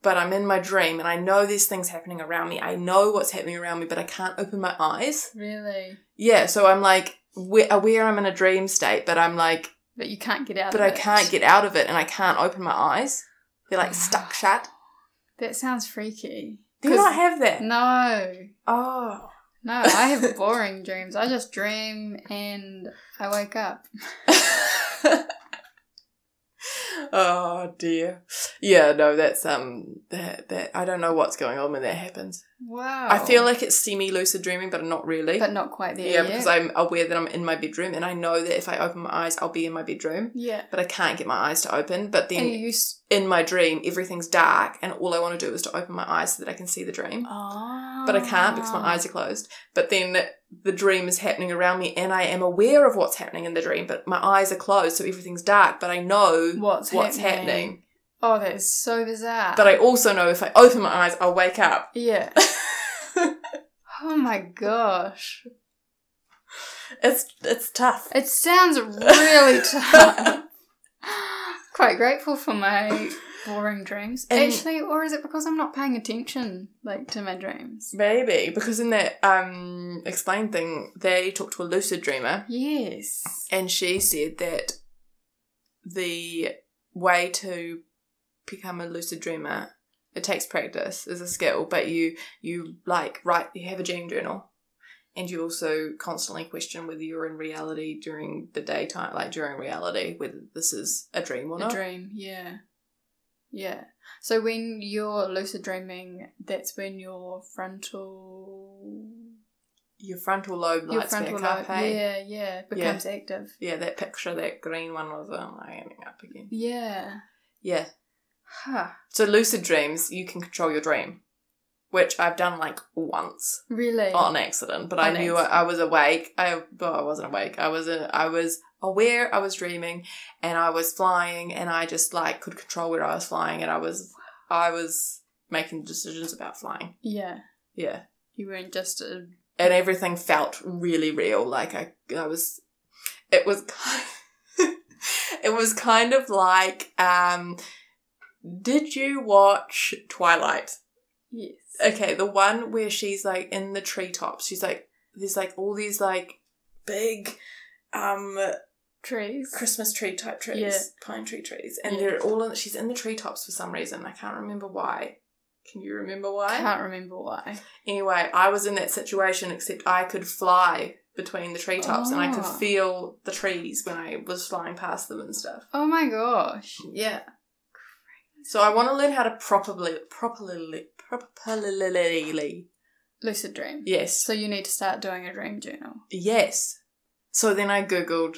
Speaker 1: but I'm in my dream, and I know there's things happening around me. I know what's happening around me, but I can't open my eyes.
Speaker 2: Really,
Speaker 1: Yeah, so I'm like we- aware I'm in a dream state, but I'm like,
Speaker 2: but you can't get out.
Speaker 1: but
Speaker 2: of
Speaker 1: I
Speaker 2: it.
Speaker 1: can't get out of it, and I can't open my eyes. They're
Speaker 2: [sighs]
Speaker 1: like stuck shut.
Speaker 2: That sounds freaky.
Speaker 1: Do you
Speaker 2: 'Cause-
Speaker 1: not have that?
Speaker 2: no,
Speaker 1: Oh.
Speaker 2: no. I
Speaker 1: [laughs]
Speaker 2: have boring dreams. I just dream and I wake up.
Speaker 1: oh dear. Yeah, no, that's um that that I don't know what's going on when that happens.
Speaker 2: Wow.
Speaker 1: I feel like it's semi lucid dreaming, Oh. but not really.
Speaker 2: but not quite there.
Speaker 1: yeah, because I'm aware that I'm in my bedroom and I know that if I open my eyes I'll be in my bedroom.
Speaker 2: yeah.
Speaker 1: But I can't get my eyes to open. But
Speaker 2: And you
Speaker 1: then
Speaker 2: used.
Speaker 1: in my dream everything's dark and all I want to do is to open my eyes so that I can see the dream.
Speaker 2: Oh.
Speaker 1: But I can't because my eyes are closed. But then the dream is happening around me and I am aware of what's happening in the dream, but my eyes are closed, so everything's dark, but I know
Speaker 2: What's,
Speaker 1: what's
Speaker 2: happening?
Speaker 1: happening.
Speaker 2: Oh, that is so bizarre.
Speaker 1: But I also know if I open my eyes, I'll wake up. [laughs]
Speaker 2: Yeah. Oh my gosh.
Speaker 1: it's it's tough.
Speaker 2: It sounds
Speaker 1: [laughs]
Speaker 2: really tough. Quite grateful for my boring dreams.
Speaker 1: And-
Speaker 2: Actually, or is it because I'm not paying attention like to my dreams?
Speaker 1: Maybe because in that um explain thing, they talked to a lucid dreamer,
Speaker 2: Yes.
Speaker 1: and she said that the way to become a lucid dreamer it takes practice as a skill, but you you like write you have a dream journal, and you also constantly question whether you're in reality during the daytime, like during reality, whether this is a dream or
Speaker 2: A
Speaker 1: not.
Speaker 2: dream, yeah. Yeah. So when you're lucid dreaming, that's when your frontal
Speaker 1: Your frontal lobe
Speaker 2: your
Speaker 1: lights
Speaker 2: frontal
Speaker 1: back up.
Speaker 2: lobe,
Speaker 1: eh?
Speaker 2: yeah, yeah, becomes active.
Speaker 1: Yeah, that picture, that green one was um, lining up again.
Speaker 2: Yeah.
Speaker 1: Yeah.
Speaker 2: Huh.
Speaker 1: So lucid dreams, you can control your dream, which I've done like once
Speaker 2: Really?
Speaker 1: on accident. But I
Speaker 2: On
Speaker 1: knew I, I was awake. I well, I wasn't awake. I was in, I was aware I was dreaming, and I was flying, and I just like could control where I was flying, and I was I was making decisions about flying.
Speaker 2: Yeah.
Speaker 1: Yeah,
Speaker 2: You weren't just a
Speaker 1: and everything felt really real. Like I, I was, it was kind, [laughs] it was kind of like, um, did you watch Twilight?
Speaker 2: yes.
Speaker 1: Okay, the one where she's like in the treetops. She's like, there's like all these like big, um,
Speaker 2: trees.
Speaker 1: Christmas tree type trees,
Speaker 2: Yeah.
Speaker 1: pine tree trees, and
Speaker 2: Yeah.
Speaker 1: they're all in. She's in the treetops for some reason. I can't remember why. Can you remember why?
Speaker 2: I can't remember why.
Speaker 1: Anyway, I was in that situation, except I could fly between the treetops and I could
Speaker 2: Ah.
Speaker 1: feel the trees when I was flying past them and stuff.
Speaker 2: Oh my gosh.
Speaker 1: Yeah. So I want to learn how to properly, properly, properly.
Speaker 2: Lucid dream.
Speaker 1: Yes.
Speaker 2: So you need to start doing a dream journal.
Speaker 1: Yes. So then I googled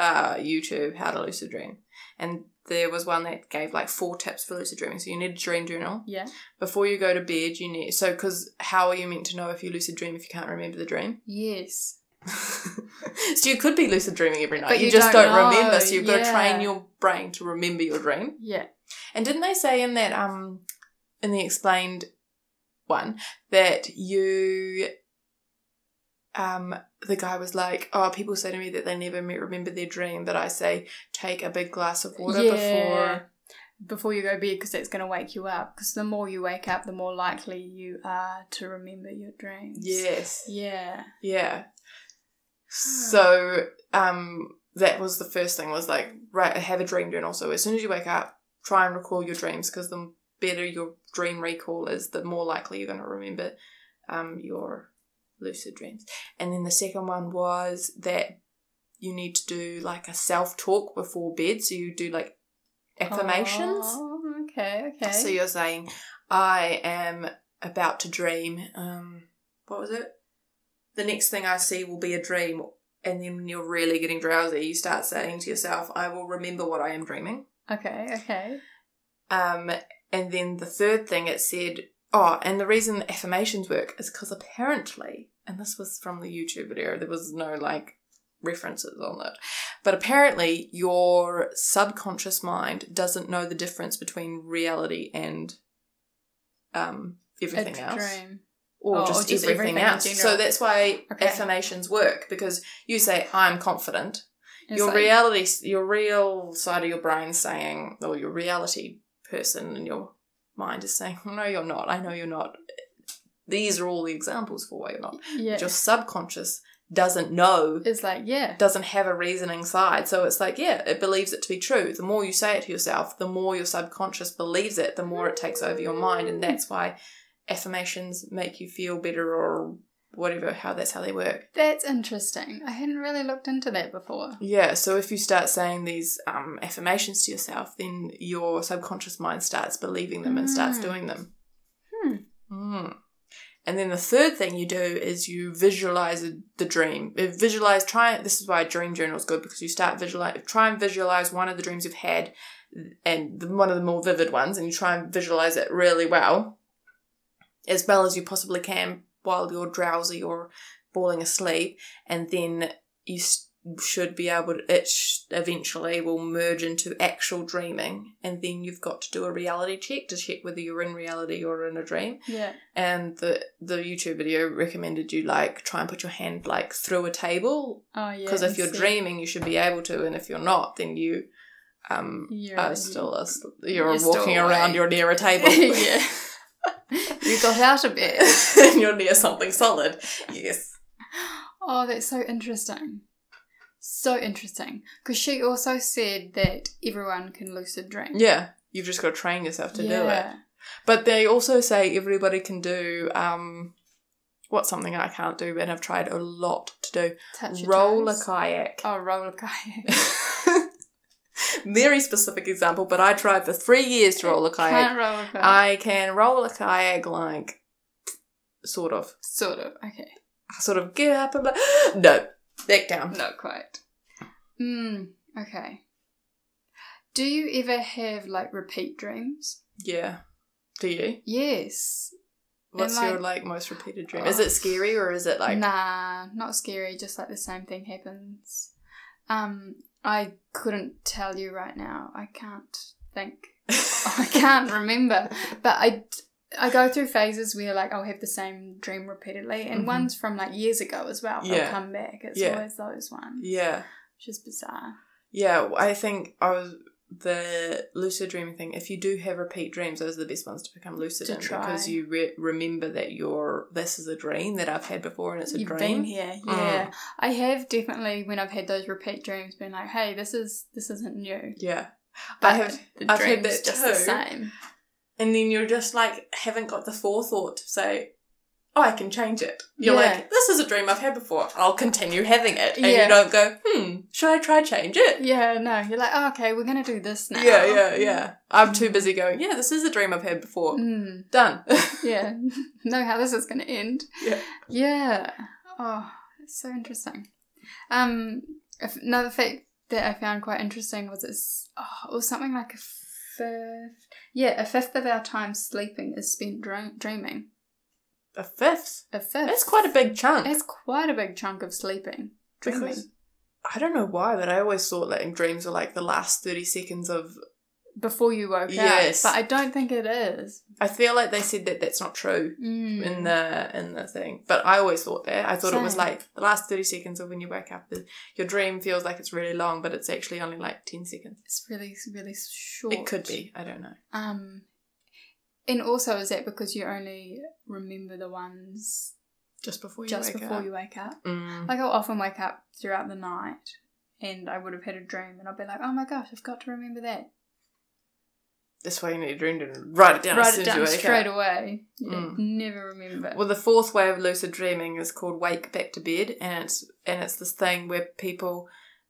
Speaker 1: uh, YouTube how to lucid dream, and there was one that gave like four tips for lucid dreaming. So you need a dream journal
Speaker 2: Yeah.
Speaker 1: before you go to bed. You need so because how are you meant to know if you lucid dream if you can't remember the dream? [laughs]
Speaker 2: Yes.
Speaker 1: so you could be lucid dreaming every night.
Speaker 2: But
Speaker 1: you,
Speaker 2: you
Speaker 1: just
Speaker 2: don't
Speaker 1: don't,
Speaker 2: know,
Speaker 1: remember. So you've got to
Speaker 2: yeah.
Speaker 1: train your brain to remember your dream.
Speaker 2: Yeah.
Speaker 1: And didn't they say in that um in the explained one that you um the guy was like, "Oh, people say to me that they never me- remember their dream, but I say take a big glass of water before."
Speaker 2: before you go to bed because that's going to wake you up because the more you wake up the more likely you are to remember your dreams.
Speaker 1: Yes.
Speaker 2: Yeah.
Speaker 1: Yeah. So um that was the first thing was like right have a dream journal so as soon as you wake up try and recall your dreams because the better your dream recall is, the more likely you're going to remember um, your lucid dreams. And then the second one was that you need to do like a self talk before bed. So you do like affirmations.
Speaker 2: Oh, okay, okay.
Speaker 1: So you're saying, I am about to dream. Um, what was it? The next thing I see will be a dream. And then when you're really getting drowsy, you start saying to yourself, I will remember what I am dreaming.
Speaker 2: okay, okay.
Speaker 1: Um, and then the third thing it said, oh, and the reason affirmations work is because apparently, and this was from the YouTube video, there was no like references on it, but apparently your subconscious mind doesn't know the difference between reality and um, everything
Speaker 2: a
Speaker 1: else.
Speaker 2: dream.
Speaker 1: Or,
Speaker 2: Oh, or
Speaker 1: just,
Speaker 2: just
Speaker 1: everything,
Speaker 2: everything in
Speaker 1: else.
Speaker 2: general.
Speaker 1: So that's why
Speaker 2: Okay.
Speaker 1: affirmations work because you say, I'm confident,
Speaker 2: It's
Speaker 1: your
Speaker 2: like-
Speaker 1: reality, your real side of your brain saying, or your reality person in your mind is saying, [laughs] "No, you're not. I know you're not." These are all the examples for why you're not.
Speaker 2: yeah.
Speaker 1: But Your subconscious doesn't know,
Speaker 2: it's like yeah,
Speaker 1: doesn't have a reasoning side. So it's like, yeah, it believes it to be true. The more you say it to yourself, the more your subconscious believes it. The more it takes over your mind, and that's why affirmations make you feel better or whatever. How that's how they work.
Speaker 2: that's interesting. I hadn't really looked into that before.
Speaker 1: Yeah, so if you start saying these um, affirmations to yourself, then your subconscious mind starts believing them and starts
Speaker 2: Mm.
Speaker 1: doing them.
Speaker 2: Hmm.
Speaker 1: Mm. And then the third thing you do is you visualize the dream. Uh, Visualize, try, this is why dream journal is good because you start visualize, try and visualize one of the dreams you've had and the, one of the more vivid ones, and you try and visualize it really well, as well as you possibly can while you're drowsy or falling asleep. And then you s should be able to, it sh- eventually will merge into actual dreaming. And then you've got to do a reality check to check whether you're in reality or in a dream.
Speaker 2: Yeah.
Speaker 1: And the, the YouTube video recommended you like try and put your hand like through a table
Speaker 2: Oh yeah.
Speaker 1: because if
Speaker 2: and
Speaker 1: you're
Speaker 2: see-
Speaker 1: dreaming, you should be able to. And if you're not, then you um,
Speaker 2: you're,
Speaker 1: are still a,
Speaker 2: [laughs]
Speaker 1: you're,
Speaker 2: you're
Speaker 1: walking
Speaker 2: still
Speaker 1: around,
Speaker 2: awake.
Speaker 1: you're near a table.
Speaker 2: [laughs] yeah. you got out of bed.
Speaker 1: [laughs] and you're near something solid.
Speaker 2: [laughs]
Speaker 1: Yes.
Speaker 2: Oh, that's so interesting. So interesting. Because she also said that everyone can lucid dream.
Speaker 1: Yeah. You've just got to train yourself to do it.
Speaker 2: Yeah.
Speaker 1: But they also say everybody can do um what's something I can't do and I've tried a lot to
Speaker 2: Touch
Speaker 1: do.
Speaker 2: your
Speaker 1: Roller
Speaker 2: toes.
Speaker 1: kayak. [laughs]
Speaker 2: Oh, roller kayak.
Speaker 1: Very specific example, but I tried for three years to roller kayak.
Speaker 2: [laughs] Can't roller kayak.
Speaker 1: I can roll a kayak like sort of.
Speaker 2: sort of. Okay.
Speaker 1: I sort of get up and [gasps] like, no. Back down.
Speaker 2: Not quite. Hmm. Okay. Do you ever have like repeat dreams?
Speaker 1: Yeah. Do you?
Speaker 2: Yes.
Speaker 1: What's
Speaker 2: Am I-
Speaker 1: your like most repeated
Speaker 2: oh.
Speaker 1: dream? Is it scary or is it like
Speaker 2: [laughs] nah, not scary. Just like the same thing happens. Um, I couldn't tell you right now. I can't think. [laughs] I can't remember, but I I go through phases where like I'll have the same dream repeatedly, and
Speaker 1: Mhm.
Speaker 2: ones from like years ago as well. They'll
Speaker 1: Yeah.
Speaker 2: come back. It's
Speaker 1: Yeah.
Speaker 2: always those ones,
Speaker 1: [laughs] Yeah.
Speaker 2: which is bizarre.
Speaker 1: Yeah, I think I was the lucid dreaming thing. If you do have repeat dreams, those are the best ones to become lucid
Speaker 2: To
Speaker 1: in
Speaker 2: try.
Speaker 1: because you re- remember that you're this is a dream that I've had before and it's a
Speaker 2: You've
Speaker 1: dream.
Speaker 2: been
Speaker 1: Oh.
Speaker 2: here, yeah. I have definitely when I've had those repeat dreams, been like, hey, this is this isn't new.
Speaker 1: Yeah,
Speaker 2: But
Speaker 1: I have,
Speaker 2: the
Speaker 1: I've had
Speaker 2: dream's
Speaker 1: that
Speaker 2: just
Speaker 1: too.
Speaker 2: the same.
Speaker 1: and then you're just like haven't got the forethought to say. Oh, I can change it. You're
Speaker 2: Yeah.
Speaker 1: like, this is a dream I've had before. I'll continue having it. And
Speaker 2: Yeah.
Speaker 1: you don't go, hmm, should I try change it?
Speaker 2: Yeah, no, you're like, oh, okay, we're gonna do this now.
Speaker 1: Yeah, yeah, yeah. I'm too busy going, yeah, this is a dream I've had before.
Speaker 2: Mm.
Speaker 1: Done. [laughs]
Speaker 2: yeah [laughs] know how this is going to end
Speaker 1: Yeah.
Speaker 2: yeah oh it's so interesting um if- another fact that i found quite interesting was it's oh, it was something like a fifth yeah a fifth of our time sleeping is spent dream- dreaming
Speaker 1: a fifth.
Speaker 2: a fifth
Speaker 1: That's quite a big chunk.
Speaker 2: that's quite a big chunk of sleeping dreaming
Speaker 1: Because I don't know why, but I always thought that in dreams are like the last 30 seconds of.
Speaker 2: before you woke
Speaker 1: Yes.
Speaker 2: up but i don't think it is
Speaker 1: I feel like they said that that's not true
Speaker 2: Mm.
Speaker 1: in the in the thing, but I always thought that. I thought it was
Speaker 2: Same.
Speaker 1: like the last 30 seconds of when you wake up. is- Your dream feels like it's really long, but it's actually only like 10 seconds.
Speaker 2: it's really really short
Speaker 1: It could be. I don't know.
Speaker 2: Um, and also, is that because you only remember the ones
Speaker 1: Just before you
Speaker 2: just
Speaker 1: wake
Speaker 2: before
Speaker 1: up.
Speaker 2: you wake up?
Speaker 1: Mm.
Speaker 2: Like, I'll often wake up throughout the night and I would have had a dream and I'll be like, oh my gosh, I've got to remember that.
Speaker 1: That's why you need to dream to write it down as
Speaker 2: Write
Speaker 1: soon
Speaker 2: it
Speaker 1: as you
Speaker 2: down
Speaker 1: wake
Speaker 2: straight
Speaker 1: up.
Speaker 2: away. Yeah,
Speaker 1: Mm.
Speaker 2: Never remember.
Speaker 1: Well, the fourth way of lucid dreaming is called wake back to bed, and it's and it's this thing where people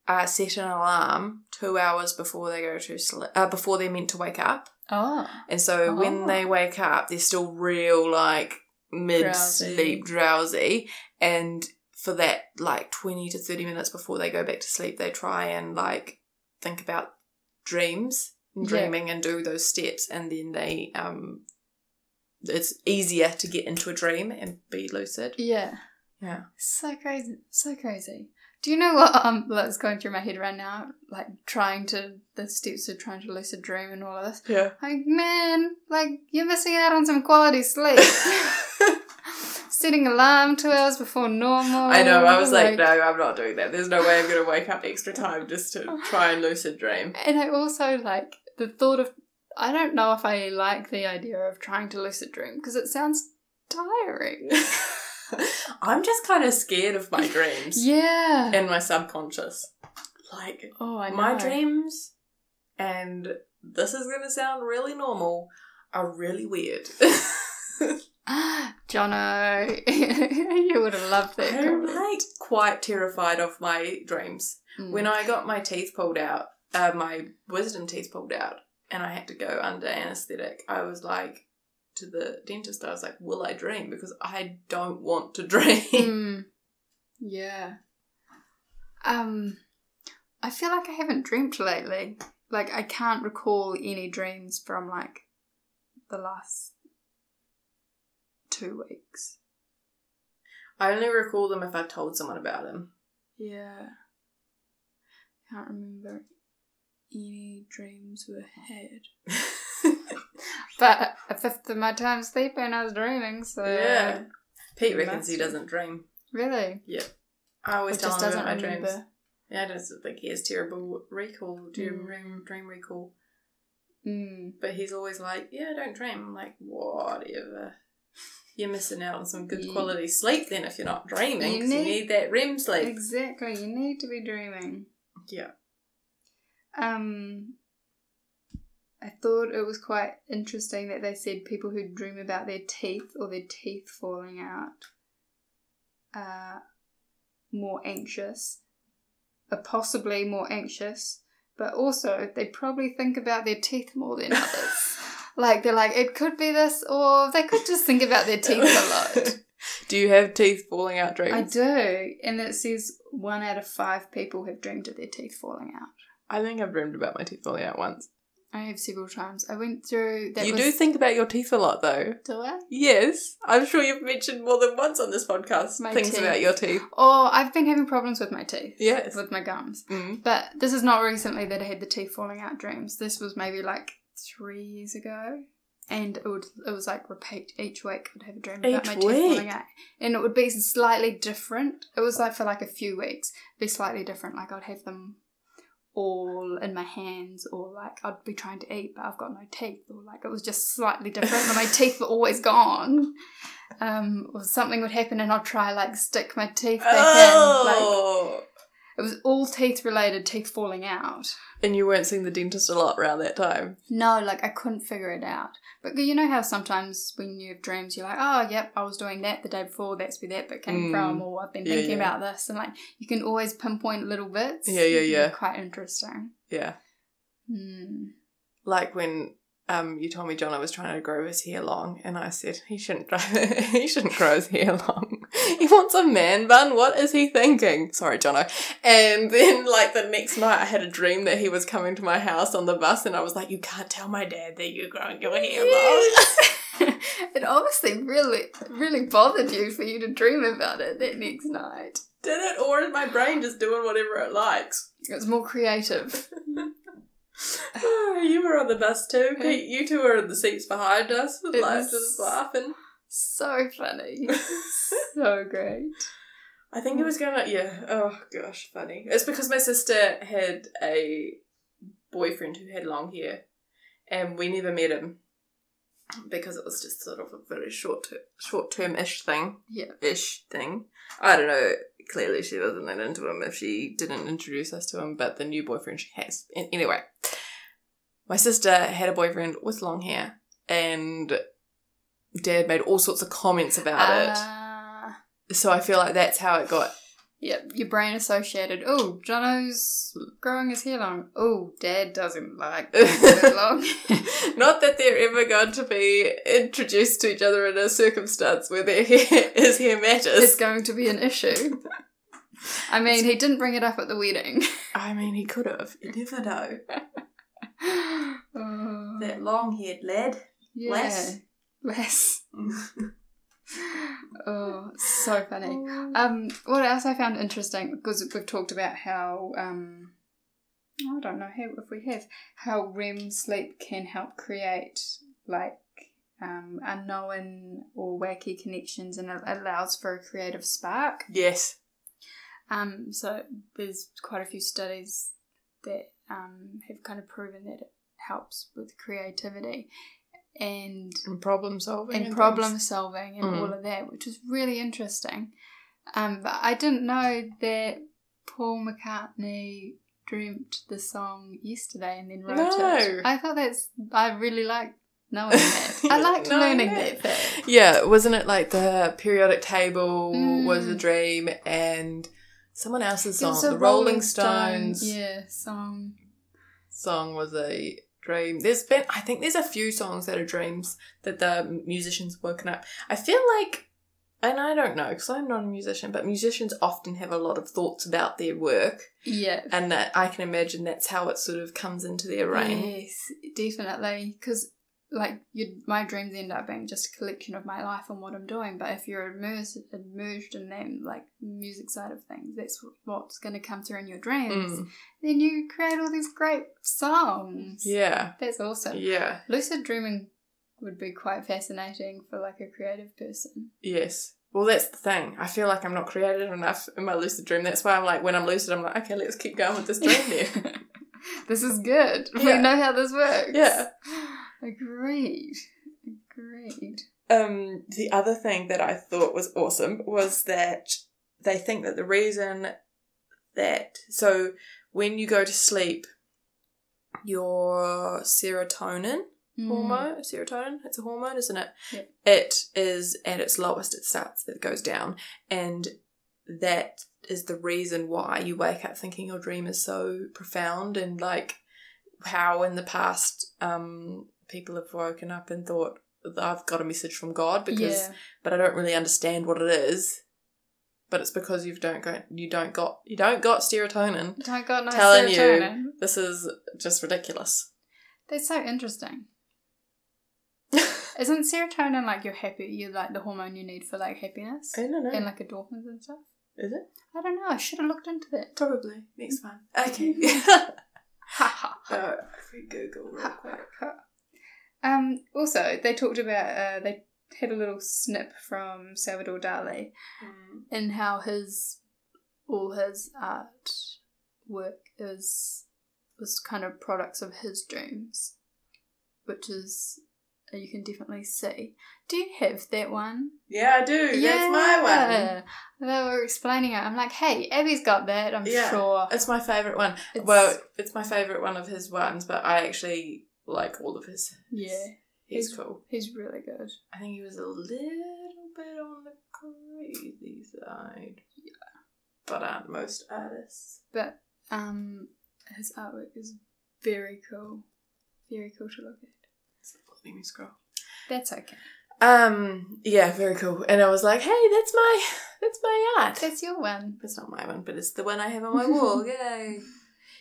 Speaker 1: uh, set an alarm two hours before they go to sleep, uh, before they're meant to wake up,
Speaker 2: oh,
Speaker 1: and so when
Speaker 2: Oh.
Speaker 1: they wake up, they're still real like mid sleep drowsy, and for that like twenty to thirty minutes before they go back to sleep, they try and like think about dreams, and
Speaker 2: Yeah.
Speaker 1: dreaming, and do those steps, and then they um it's easier to get into a dream and be lucid.
Speaker 2: yeah.
Speaker 1: Yeah.
Speaker 2: So crazy. So crazy. Do you know what um that's going through my head right now? Like trying to the steps of trying to lucid dream and all of this.
Speaker 1: Yeah. [laughs]
Speaker 2: Like man, like you're missing out on some quality sleep. Setting alarm two hours before normal.
Speaker 1: I know, I was Oh, like, no, I'm not doing that. There's no way I'm going to wake up extra time just to try [laughs] and lucid dream.
Speaker 2: And I also like the thought of. I don't know if I like the idea of trying to lucid dream because it sounds tiring.
Speaker 1: [laughs] I'm just kind of scared of my dreams
Speaker 2: [laughs] Yeah.
Speaker 1: and my subconscious. Like,
Speaker 2: oh, I know.
Speaker 1: my dreams, and this is going to sound really normal, are really weird.
Speaker 2: [gasps]
Speaker 1: [laughs]
Speaker 2: Jono, [laughs] you would have loved that.
Speaker 1: I'm
Speaker 2: comment.
Speaker 1: like quite terrified of my dreams.
Speaker 2: Mm.
Speaker 1: When I got my teeth pulled out, uh, my wisdom teeth pulled out, and I had to go under anesthetic, I was like, to the dentist, I was like, will I dream? Because I don't want to [laughs] dream.
Speaker 2: Mm. [laughs] Yeah. Um, I feel like I haven't dreamt lately. Like I can't recall any dreams from like the last two weeks.
Speaker 1: I only recall them if I told someone about them.
Speaker 2: Yeah. Can't remember any dreams were had. But a fifth of my time sleeping, I was dreaming, so.
Speaker 1: yeah. [laughs] Pete reckons
Speaker 2: Must
Speaker 1: he
Speaker 2: be.
Speaker 1: doesn't dream.
Speaker 2: Really?
Speaker 1: I always
Speaker 2: It
Speaker 1: tell
Speaker 2: just
Speaker 1: him
Speaker 2: doesn't
Speaker 1: about my
Speaker 2: remember.
Speaker 1: dreams. Yeah, I don't think he has terrible recall, terrible
Speaker 2: Mm.
Speaker 1: dream, dream recall.
Speaker 2: Mm.
Speaker 1: But he's always like, yeah, I don't dream. I'm like, whatever. You're missing out on some good
Speaker 2: Yeah.
Speaker 1: quality sleep then if you're not dreaming.
Speaker 2: You
Speaker 1: 'cause you
Speaker 2: need-
Speaker 1: need that REM sleep. [laughs]
Speaker 2: Exactly. [laughs] You need to be dreaming.
Speaker 1: yeah.
Speaker 2: Um, I thought it was quite interesting that they said people who dream about their teeth or their teeth falling out are more anxious, are possibly more anxious, but also they probably think about their teeth more
Speaker 1: [laughs]
Speaker 2: than others. like they're like, it could be this, or they could just think about their teeth a lot.
Speaker 1: [laughs] Do you have teeth falling out dreams?
Speaker 2: I do, and it says one out of five people have dreamed of their teeth falling out.
Speaker 1: I think I've dreamed about my teeth falling out once.
Speaker 2: I have several times. I went through that.
Speaker 1: you
Speaker 2: was-
Speaker 1: do think about your teeth a lot though.
Speaker 2: Do I?
Speaker 1: Yes. I'm sure you've mentioned more than once on this podcast
Speaker 2: My
Speaker 1: things
Speaker 2: teeth.
Speaker 1: about your teeth.
Speaker 2: Oh, I've been having problems with my teeth.
Speaker 1: Yes.
Speaker 2: With my gums.
Speaker 1: Mm.
Speaker 2: But this is not recently that I had the teeth falling out dreams. This was maybe like three years ago. And it, would, it was like repeat each week. I'd have a dream
Speaker 1: Each
Speaker 2: about my
Speaker 1: week?
Speaker 2: teeth falling out. And it would be slightly different. It was like for like a few weeks, be slightly different. Like I'd have them all in my hands, or like I'd be trying to eat, but I've got no teeth, or like it was just slightly different,
Speaker 1: [laughs]
Speaker 2: but my teeth were always gone. Um, or something would happen, and I'd try like stick my teeth back in. Like,
Speaker 1: Oh.
Speaker 2: it was all teeth related, teeth falling out.
Speaker 1: and you weren't seeing the dentist a lot around that time.
Speaker 2: No, like I couldn't figure it out. But you know how sometimes when you have dreams, you're like, oh, yep, I was doing that the day before, that's where that bit
Speaker 1: Mm.
Speaker 2: came from, or I've been
Speaker 1: Yeah,
Speaker 2: thinking
Speaker 1: yeah.
Speaker 2: about this. And like, you can always pinpoint little bits.
Speaker 1: Yeah, yeah, yeah.
Speaker 2: Quite interesting.
Speaker 1: Yeah.
Speaker 2: Hmm.
Speaker 1: Like when um you told me John I was trying to grow his hair long and I said he shouldn't [laughs] grow he shouldn't grow his hair long. [laughs] he wants a man bun. What is he thinking? Sorry, Jono. And then like the next night I had a dream that he was coming to my house on the bus and I was like, You can't tell my dad that you're growing your hair long.
Speaker 2: [laughs]
Speaker 1: [laughs]
Speaker 2: it obviously really, really bothered you for you to dream about it that next night.
Speaker 1: Did it or is my brain just doing whatever it likes?
Speaker 2: It was more creative. [laughs]
Speaker 1: Oh, you were on the bus too.
Speaker 2: Yeah.
Speaker 1: Pete, you two were in the seats behind us,
Speaker 2: It
Speaker 1: like
Speaker 2: was-
Speaker 1: just
Speaker 2: [laughs]
Speaker 1: laughing.
Speaker 2: So
Speaker 1: [laughs]
Speaker 2: funny. so great.
Speaker 1: I think it was gonna yeah. Oh gosh, funny. It's because my sister had a boyfriend who had long hair, and we never met him because it was just sort of a very short short term ish thing.
Speaker 2: Yeah.
Speaker 1: ish thing. I don't know. Clearly, she wasn't that into him if she didn't introduce us to him. But the new boyfriend she has. An- Anyway, my sister had a boyfriend with long hair, and dad made all sorts of comments about
Speaker 2: Ah,
Speaker 1: it. So I feel like that's how it got.
Speaker 2: Yep, your brain associated. Oh, Jono's growing his hair long. Oh, Dad doesn't
Speaker 1: [laughs]
Speaker 2: like it long.
Speaker 1: Not that they're ever going to be introduced to each other in a circumstance where their hair, [laughs] his hair
Speaker 2: it's
Speaker 1: matters.
Speaker 2: going to be an issue. I mean, he didn't bring it up at the wedding.
Speaker 1: I mean, he could have. You never know.
Speaker 2: Oh,
Speaker 1: long haired lad.
Speaker 2: yeah.
Speaker 1: less.
Speaker 2: Less. Oh, so funny.
Speaker 1: Mm.
Speaker 2: Um, what else I found interesting because we've talked about how um, I don't know how if we have how REM sleep can help create like um, unknown or wacky connections and it allows for a creative spark.
Speaker 1: yes.
Speaker 2: Um, so there's quite a few studies that um, have kind of proven that it helps with creativity and
Speaker 1: And problem solving.
Speaker 2: and
Speaker 1: things.
Speaker 2: problem solving and
Speaker 1: Mm.
Speaker 2: all of that, which is really interesting. Um, but I didn't know that Paul McCartney dreamt the song yesterday and then wrote
Speaker 1: No.
Speaker 2: it. I thought that's I really liked knowing
Speaker 1: [laughs]
Speaker 2: that. I liked
Speaker 1: No,
Speaker 2: learning
Speaker 1: yeah.
Speaker 2: that fact.
Speaker 1: Yeah, wasn't it like the periodic table was a
Speaker 2: Mm.
Speaker 1: dream and someone else's
Speaker 2: It
Speaker 1: song,
Speaker 2: was
Speaker 1: the
Speaker 2: a
Speaker 1: Rolling, Stones
Speaker 2: yeah, song.
Speaker 1: song was a dream. There's been, I think, there's a few songs that are dreams that the musicians woken up. I feel like, and I don't know because I'm not a musician, but musicians often have a lot of thoughts about their work,
Speaker 2: Yeah.
Speaker 1: and that I can imagine that's how it sort of comes into their brain.
Speaker 2: Yes, definitely. Because like you, my dreams end up being just a collection of my life and what I'm doing. But if you're immersed, immersed in them, like music side of things, that's what's going to come through in your dreams.
Speaker 1: Mm.
Speaker 2: Then you create all these great songs.
Speaker 1: Yeah,
Speaker 2: that's awesome.
Speaker 1: yeah,
Speaker 2: Lucid dreaming would be quite fascinating for like a creative person.
Speaker 1: yes. Well, that's the thing. I feel like I'm not creative enough in my lucid dream. That's why I'm like, when I'm lucid, I'm like, okay, let's keep going with this dream there.
Speaker 2: [laughs]
Speaker 1: [laughs]
Speaker 2: this is good.
Speaker 1: Yeah.
Speaker 2: We know how this works.
Speaker 1: Yeah.
Speaker 2: Agreed. Agreed.
Speaker 1: Um, the other thing that I thought was awesome was that they think that the reason that so when you go to sleep, your serotonin
Speaker 2: Mm.
Speaker 1: hormone, serotonin, it's a hormone, isn't it?
Speaker 2: Yep.
Speaker 1: It is at its lowest. It starts. It goes down, and that is the reason why you wake up thinking your dream is so profound and like how in the past um, people have woken up and thought I've got a message from God because
Speaker 2: Yeah.
Speaker 1: but I don't really understand what it is. But it's because you don't got you don't got you don't got serotonin.
Speaker 2: [laughs] I got no
Speaker 1: Telling you.
Speaker 2: serotonin.
Speaker 1: This is just ridiculous. [laughs]
Speaker 2: That's so interesting. Isn't serotonin like you're happy? You like the hormone you need for like happiness
Speaker 1: I don't know.
Speaker 2: and like endorphins and stuff.
Speaker 1: is it?
Speaker 2: I don't know. I should have looked into that.
Speaker 1: Probably.
Speaker 2: Mm.
Speaker 1: Next one. [laughs] Okay.
Speaker 2: Ha [laughs] ha ha.
Speaker 1: uh, if we Google real
Speaker 2: ha,
Speaker 1: quick.
Speaker 2: ha, ha. Um. Also, they talked about uh, they had a little snip from Salvador Dali
Speaker 1: Mm.
Speaker 2: and how his all his art work is was kind of products of his dreams, which is uh, you can definitely see. Do you have that one?
Speaker 1: Yeah, I do. That's my one.
Speaker 2: one. They were explaining it. I'm like, hey, Abby's got that. I'm
Speaker 1: Yeah.
Speaker 2: sure.
Speaker 1: It's my favourite one.
Speaker 2: It's-
Speaker 1: Well, it's my favourite one of his ones, but I actually like all of his.
Speaker 2: yeah,
Speaker 1: He's
Speaker 2: He's-
Speaker 1: cool.
Speaker 2: he's really good.
Speaker 1: I think he was a little bit on the crazy side. But aren't most artists.
Speaker 2: But um, his artwork is very cool. Very cool to look at.
Speaker 1: Let me scroll.
Speaker 2: That's okay.
Speaker 1: Um, yeah, very cool. And I was like, hey, that's my that's my art.
Speaker 2: That's your one.
Speaker 1: It's not my one, but it's the one I have on
Speaker 2: [laughs]
Speaker 1: my wall. Yay.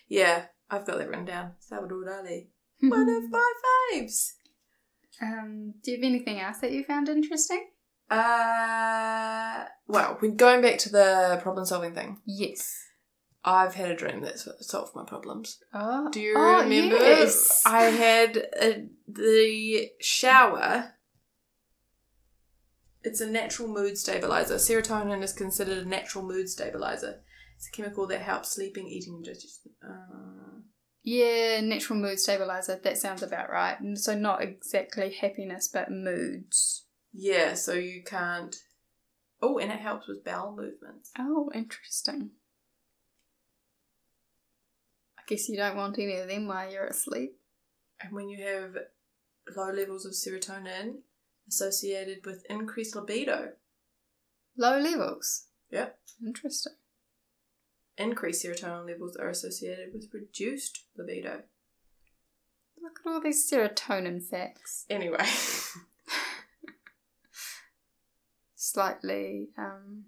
Speaker 1: Yeah, I've got that written down. Salvador Dali.
Speaker 2: Mm-hmm.
Speaker 1: One of
Speaker 2: [laughs]
Speaker 1: my faves.
Speaker 2: Um, do you have anything else that you found interesting?
Speaker 1: Uh, well, we're going back to the problem solving thing.
Speaker 2: Yes.
Speaker 1: I've had a dream that so- solved my problems.
Speaker 2: Oh,
Speaker 1: Do you
Speaker 2: oh,
Speaker 1: remember?
Speaker 2: Yes.
Speaker 1: I had a, the shower. It's a natural mood stabilizer. Serotonin is considered a natural mood stabilizer. It's a chemical that helps sleeping, eating, and digestion. Uh,
Speaker 2: yeah, natural mood stabilizer. That sounds about right. And So not exactly happiness, but moods.
Speaker 1: yeah, so you can't. Oh, and it helps with bowel movements.
Speaker 2: Oh, interesting. I guess you don't want any of them while you're asleep.
Speaker 1: And when you have low levels of serotonin associated with increased libido,
Speaker 2: Low levels.
Speaker 1: Yeah.
Speaker 2: Interesting.
Speaker 1: increased serotonin levels are associated with reduced libido.
Speaker 2: Look at all these serotonin facts.
Speaker 1: Anyway,
Speaker 2: Slightly, um,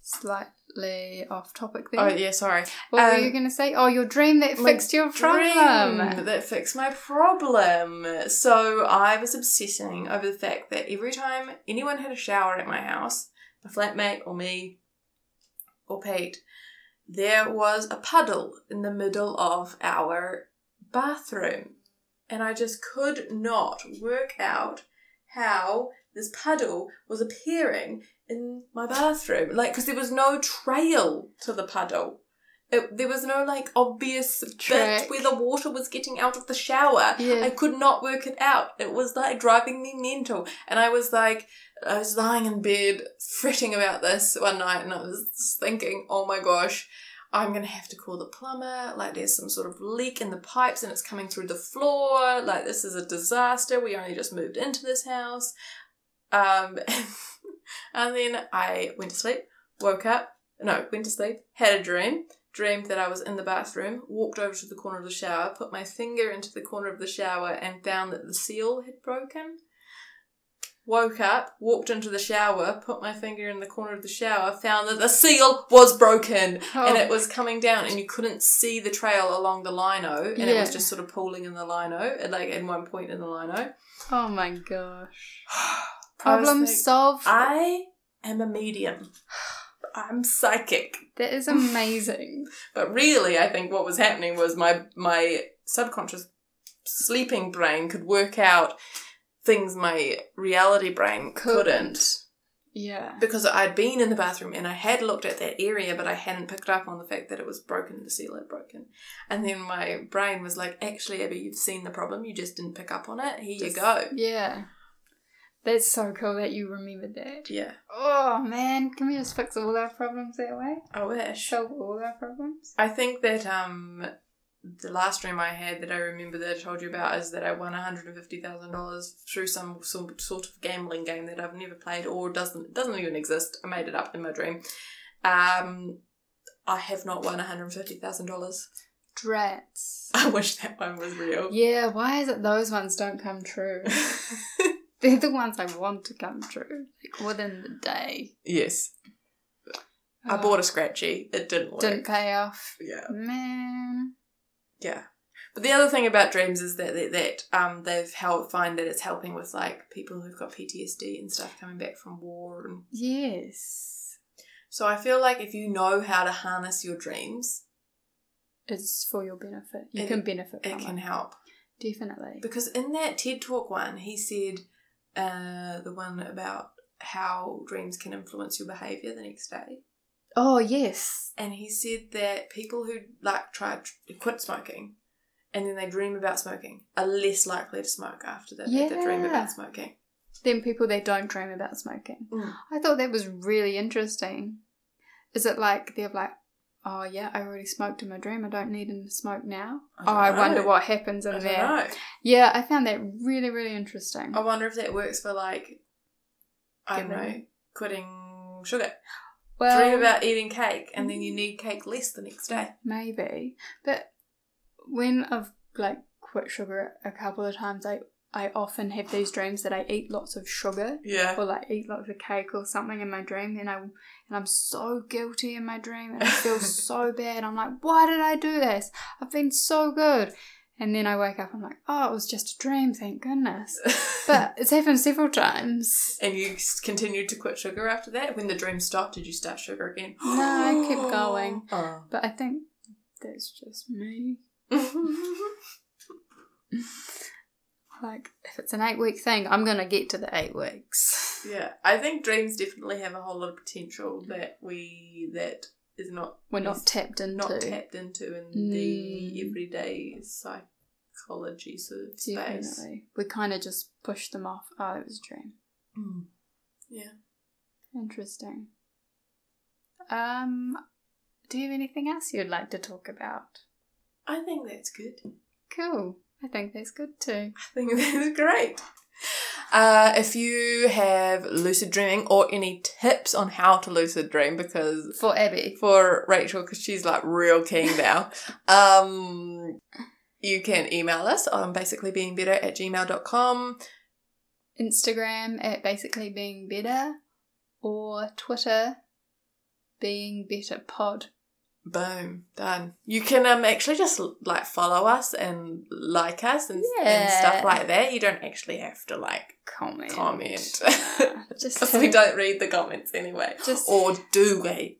Speaker 2: slightly off topic there.
Speaker 1: oh yeah, sorry.
Speaker 2: What were
Speaker 1: um,
Speaker 2: you going to say? Oh, your dream that
Speaker 1: My
Speaker 2: fixed your
Speaker 1: dream
Speaker 2: problem.
Speaker 1: that fixed my problem. So I was obsessing over the fact that every time anyone had a shower at my house, my flatmate or me or Pete, there was a puddle in the middle of our bathroom. And I just could not work out how this puddle was appearing in my bathroom. Like, because there was no trail to the puddle. It, there was no like obvious
Speaker 2: Track.
Speaker 1: bit where the water was getting out of the shower.
Speaker 2: Yeah.
Speaker 1: I could not work it out. It was like driving me mental. And I was like, I was lying in bed fretting about this one night and I was just thinking, oh my gosh, I'm gonna have to call the plumber. Like, there's some sort of leak in the pipes and it's coming through the floor. Like, this is a disaster. We only just moved into this house. Um, [laughs] and then I went to sleep, woke up, no, went to sleep, had a dream, dreamed that I was in the bathroom, walked over to the corner of the shower, put my finger into the corner of the shower, and found that the seal had broken. Woke up, walked into the shower, put my finger in the corner of the shower, found that the seal was broken
Speaker 2: Oh,
Speaker 1: and it was coming down and you couldn't see the trail along the lino and it was
Speaker 2: Yeah.
Speaker 1: just sort of pooling in the lino at like at one point in the lino.
Speaker 2: oh my gosh.
Speaker 1: I was
Speaker 2: Problem
Speaker 1: like,
Speaker 2: solved.
Speaker 1: I am a medium. I'm psychic. [laughs]
Speaker 2: that is amazing.
Speaker 1: But really, I think what was happening was my my subconscious sleeping brain could work out things my reality brain
Speaker 2: Couldn't.
Speaker 1: couldn't.
Speaker 2: yeah.
Speaker 1: Because I'd been in the bathroom and I had looked at that area, but I hadn't picked up on the fact that it was broken, the seal had broken. And then my brain was like, actually, Abby, you've seen the problem, you just didn't pick up on it. Here you go.
Speaker 2: Yeah. That's so cool that you remembered that.
Speaker 1: Yeah.
Speaker 2: Oh man, can we just fix all our problems that way?
Speaker 1: I wish.
Speaker 2: Solve all our problems?
Speaker 1: I think that um the last dream I had that I remember that I told you about is that I won $150,000 through some, some sort of gambling game that I've never played or doesn't doesn't even exist. I made it up in my dream. Um I have not won $150,000.
Speaker 2: Drats.
Speaker 1: [laughs] I wish that one was real.
Speaker 2: Yeah, why is it those ones don't come
Speaker 1: [laughs]
Speaker 2: true? They're the ones I want to come true. Like within the day.
Speaker 1: yes. I
Speaker 2: Oh,
Speaker 1: bought a scratchy. It didn't work.
Speaker 2: Didn't pay off.
Speaker 1: Yeah.
Speaker 2: Man.
Speaker 1: Yeah. But the other thing about dreams is that that, that um they've helped find that it's helping with like people who've got PTSD and stuff coming back from war and
Speaker 2: Yes.
Speaker 1: so I feel like if you know how to harness your dreams,
Speaker 2: It's for your benefit. You
Speaker 1: It-
Speaker 2: can benefit
Speaker 1: it
Speaker 2: from
Speaker 1: can
Speaker 2: it.
Speaker 1: help.
Speaker 2: Definitely.
Speaker 1: Because in that TED Talk one, he said uh the one about how dreams can influence your behavior the next day.
Speaker 2: Oh yes.
Speaker 1: and he said that people who like try to quit smoking and then they dream about smoking are less likely to smoke after they've had the dream
Speaker 2: Yeah.
Speaker 1: about smoking.
Speaker 2: Then people that don't dream about smoking.
Speaker 1: Mm.
Speaker 2: I thought that was really interesting. Is it like they're like, oh yeah, I already smoked in my dream. I don't need to smoke now.
Speaker 1: I
Speaker 2: oh,
Speaker 1: don't
Speaker 2: I
Speaker 1: know.
Speaker 2: wonder what happens
Speaker 1: I
Speaker 2: in
Speaker 1: don't
Speaker 2: there.
Speaker 1: know.
Speaker 2: Yeah, I found that really really interesting.
Speaker 1: I wonder if that works for like I don't
Speaker 2: Giving-
Speaker 1: know, quitting sugar.
Speaker 2: well, Mm.
Speaker 1: dream about eating cake and then you need cake less the next day.
Speaker 2: maybe, but when I've like quit sugar a couple of times, I I often have these dreams that I eat lots of sugar.
Speaker 1: Yeah.
Speaker 2: or like eat lots of cake or something in my dream and I and I'm so guilty in my dream and I
Speaker 1: [laughs]
Speaker 2: feel so bad. I'm like, why did I do this? I've been so good. And then I wake up, I'm like, oh, it was just a dream, thank goodness. But it's happened several times.
Speaker 1: [laughs] and you s- continued to quit sugar after that? When the dream stopped, did you start sugar again?
Speaker 2: No, I
Speaker 1: [gasps]
Speaker 2: kept going.
Speaker 1: Oh.
Speaker 2: But I think that's just me. Like, if it's an eight week thing, I'm gonna get to the eight weeks.
Speaker 1: [laughs] Yeah, I think dreams definitely have a whole lot of potential that we that is not
Speaker 2: We're
Speaker 1: is
Speaker 2: not tapped into.
Speaker 1: not tapped into in the
Speaker 2: Mm.
Speaker 1: everyday psychology sort of
Speaker 2: Definitely.
Speaker 1: space.
Speaker 2: We kind of just push them off. Oh, it was a dream.
Speaker 1: Mm. Yeah.
Speaker 2: Interesting. Um, do you have anything else you'd like to talk about?
Speaker 1: I think that's good.
Speaker 2: Cool. I think that's good too.
Speaker 1: I think [laughs] that's great. Uh, if you have lucid dreaming or any tips on how to lucid dream, because
Speaker 2: For Abby.
Speaker 1: for Rachel, because she's like real keen now, um, you can email us on basically being better at gmail.com.
Speaker 2: Instagram at basically being better or Twitter being better pod.
Speaker 1: Boom, done. You can um, actually just like follow us and like us and, and
Speaker 2: Yeah.
Speaker 1: stuff like that. You don't actually have to like [laughs]
Speaker 2: Comment.
Speaker 1: Comment.
Speaker 2: [laughs] Nah, just
Speaker 1: because we don't read the comments anyway.
Speaker 2: Just
Speaker 1: Or do we?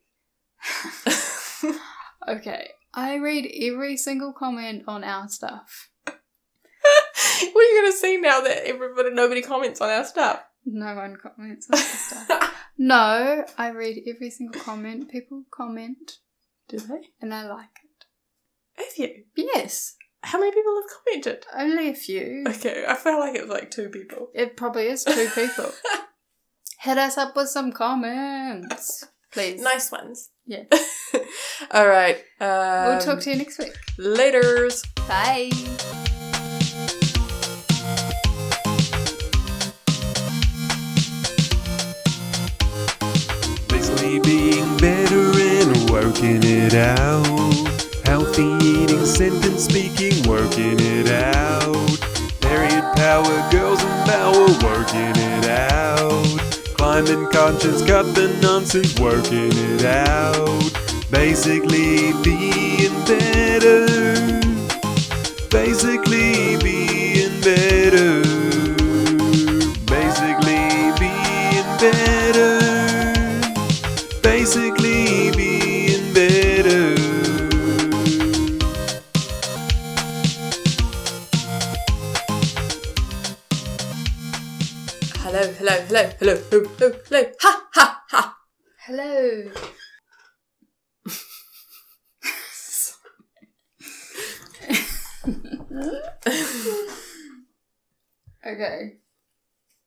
Speaker 2: okay. I read every single comment on our stuff.
Speaker 1: what are you going to see now that everybody, nobody comments on our stuff?
Speaker 2: No one comments on our stuff. [laughs] No, I read every single comment. People comment,
Speaker 1: do they?
Speaker 2: and I like
Speaker 1: Have you?
Speaker 2: it. Yes,
Speaker 1: How many people have commented?
Speaker 2: only a few.
Speaker 1: Okay, I feel like it's like two people.
Speaker 2: It probably is two
Speaker 1: [laughs]
Speaker 2: people. Hit us up with some comments, please.
Speaker 1: Nice ones. [laughs]
Speaker 2: Yeah.
Speaker 1: All right. Um,
Speaker 2: We'll talk to you next week.
Speaker 1: Later's.
Speaker 2: Bye.
Speaker 3: Basically being better and working it out. Healthy eating, sentence speaking, working it out. Period power, girls in power, working it out. Climbing conscience, cut the nonsense, working it out. Basically being better. Basically being better. Basically being better basically being better.
Speaker 1: Hello, hello, hello, hello, hello, hello, hello. Ha, ha, ha. [laughs]
Speaker 2: Hello. [laughs] okay.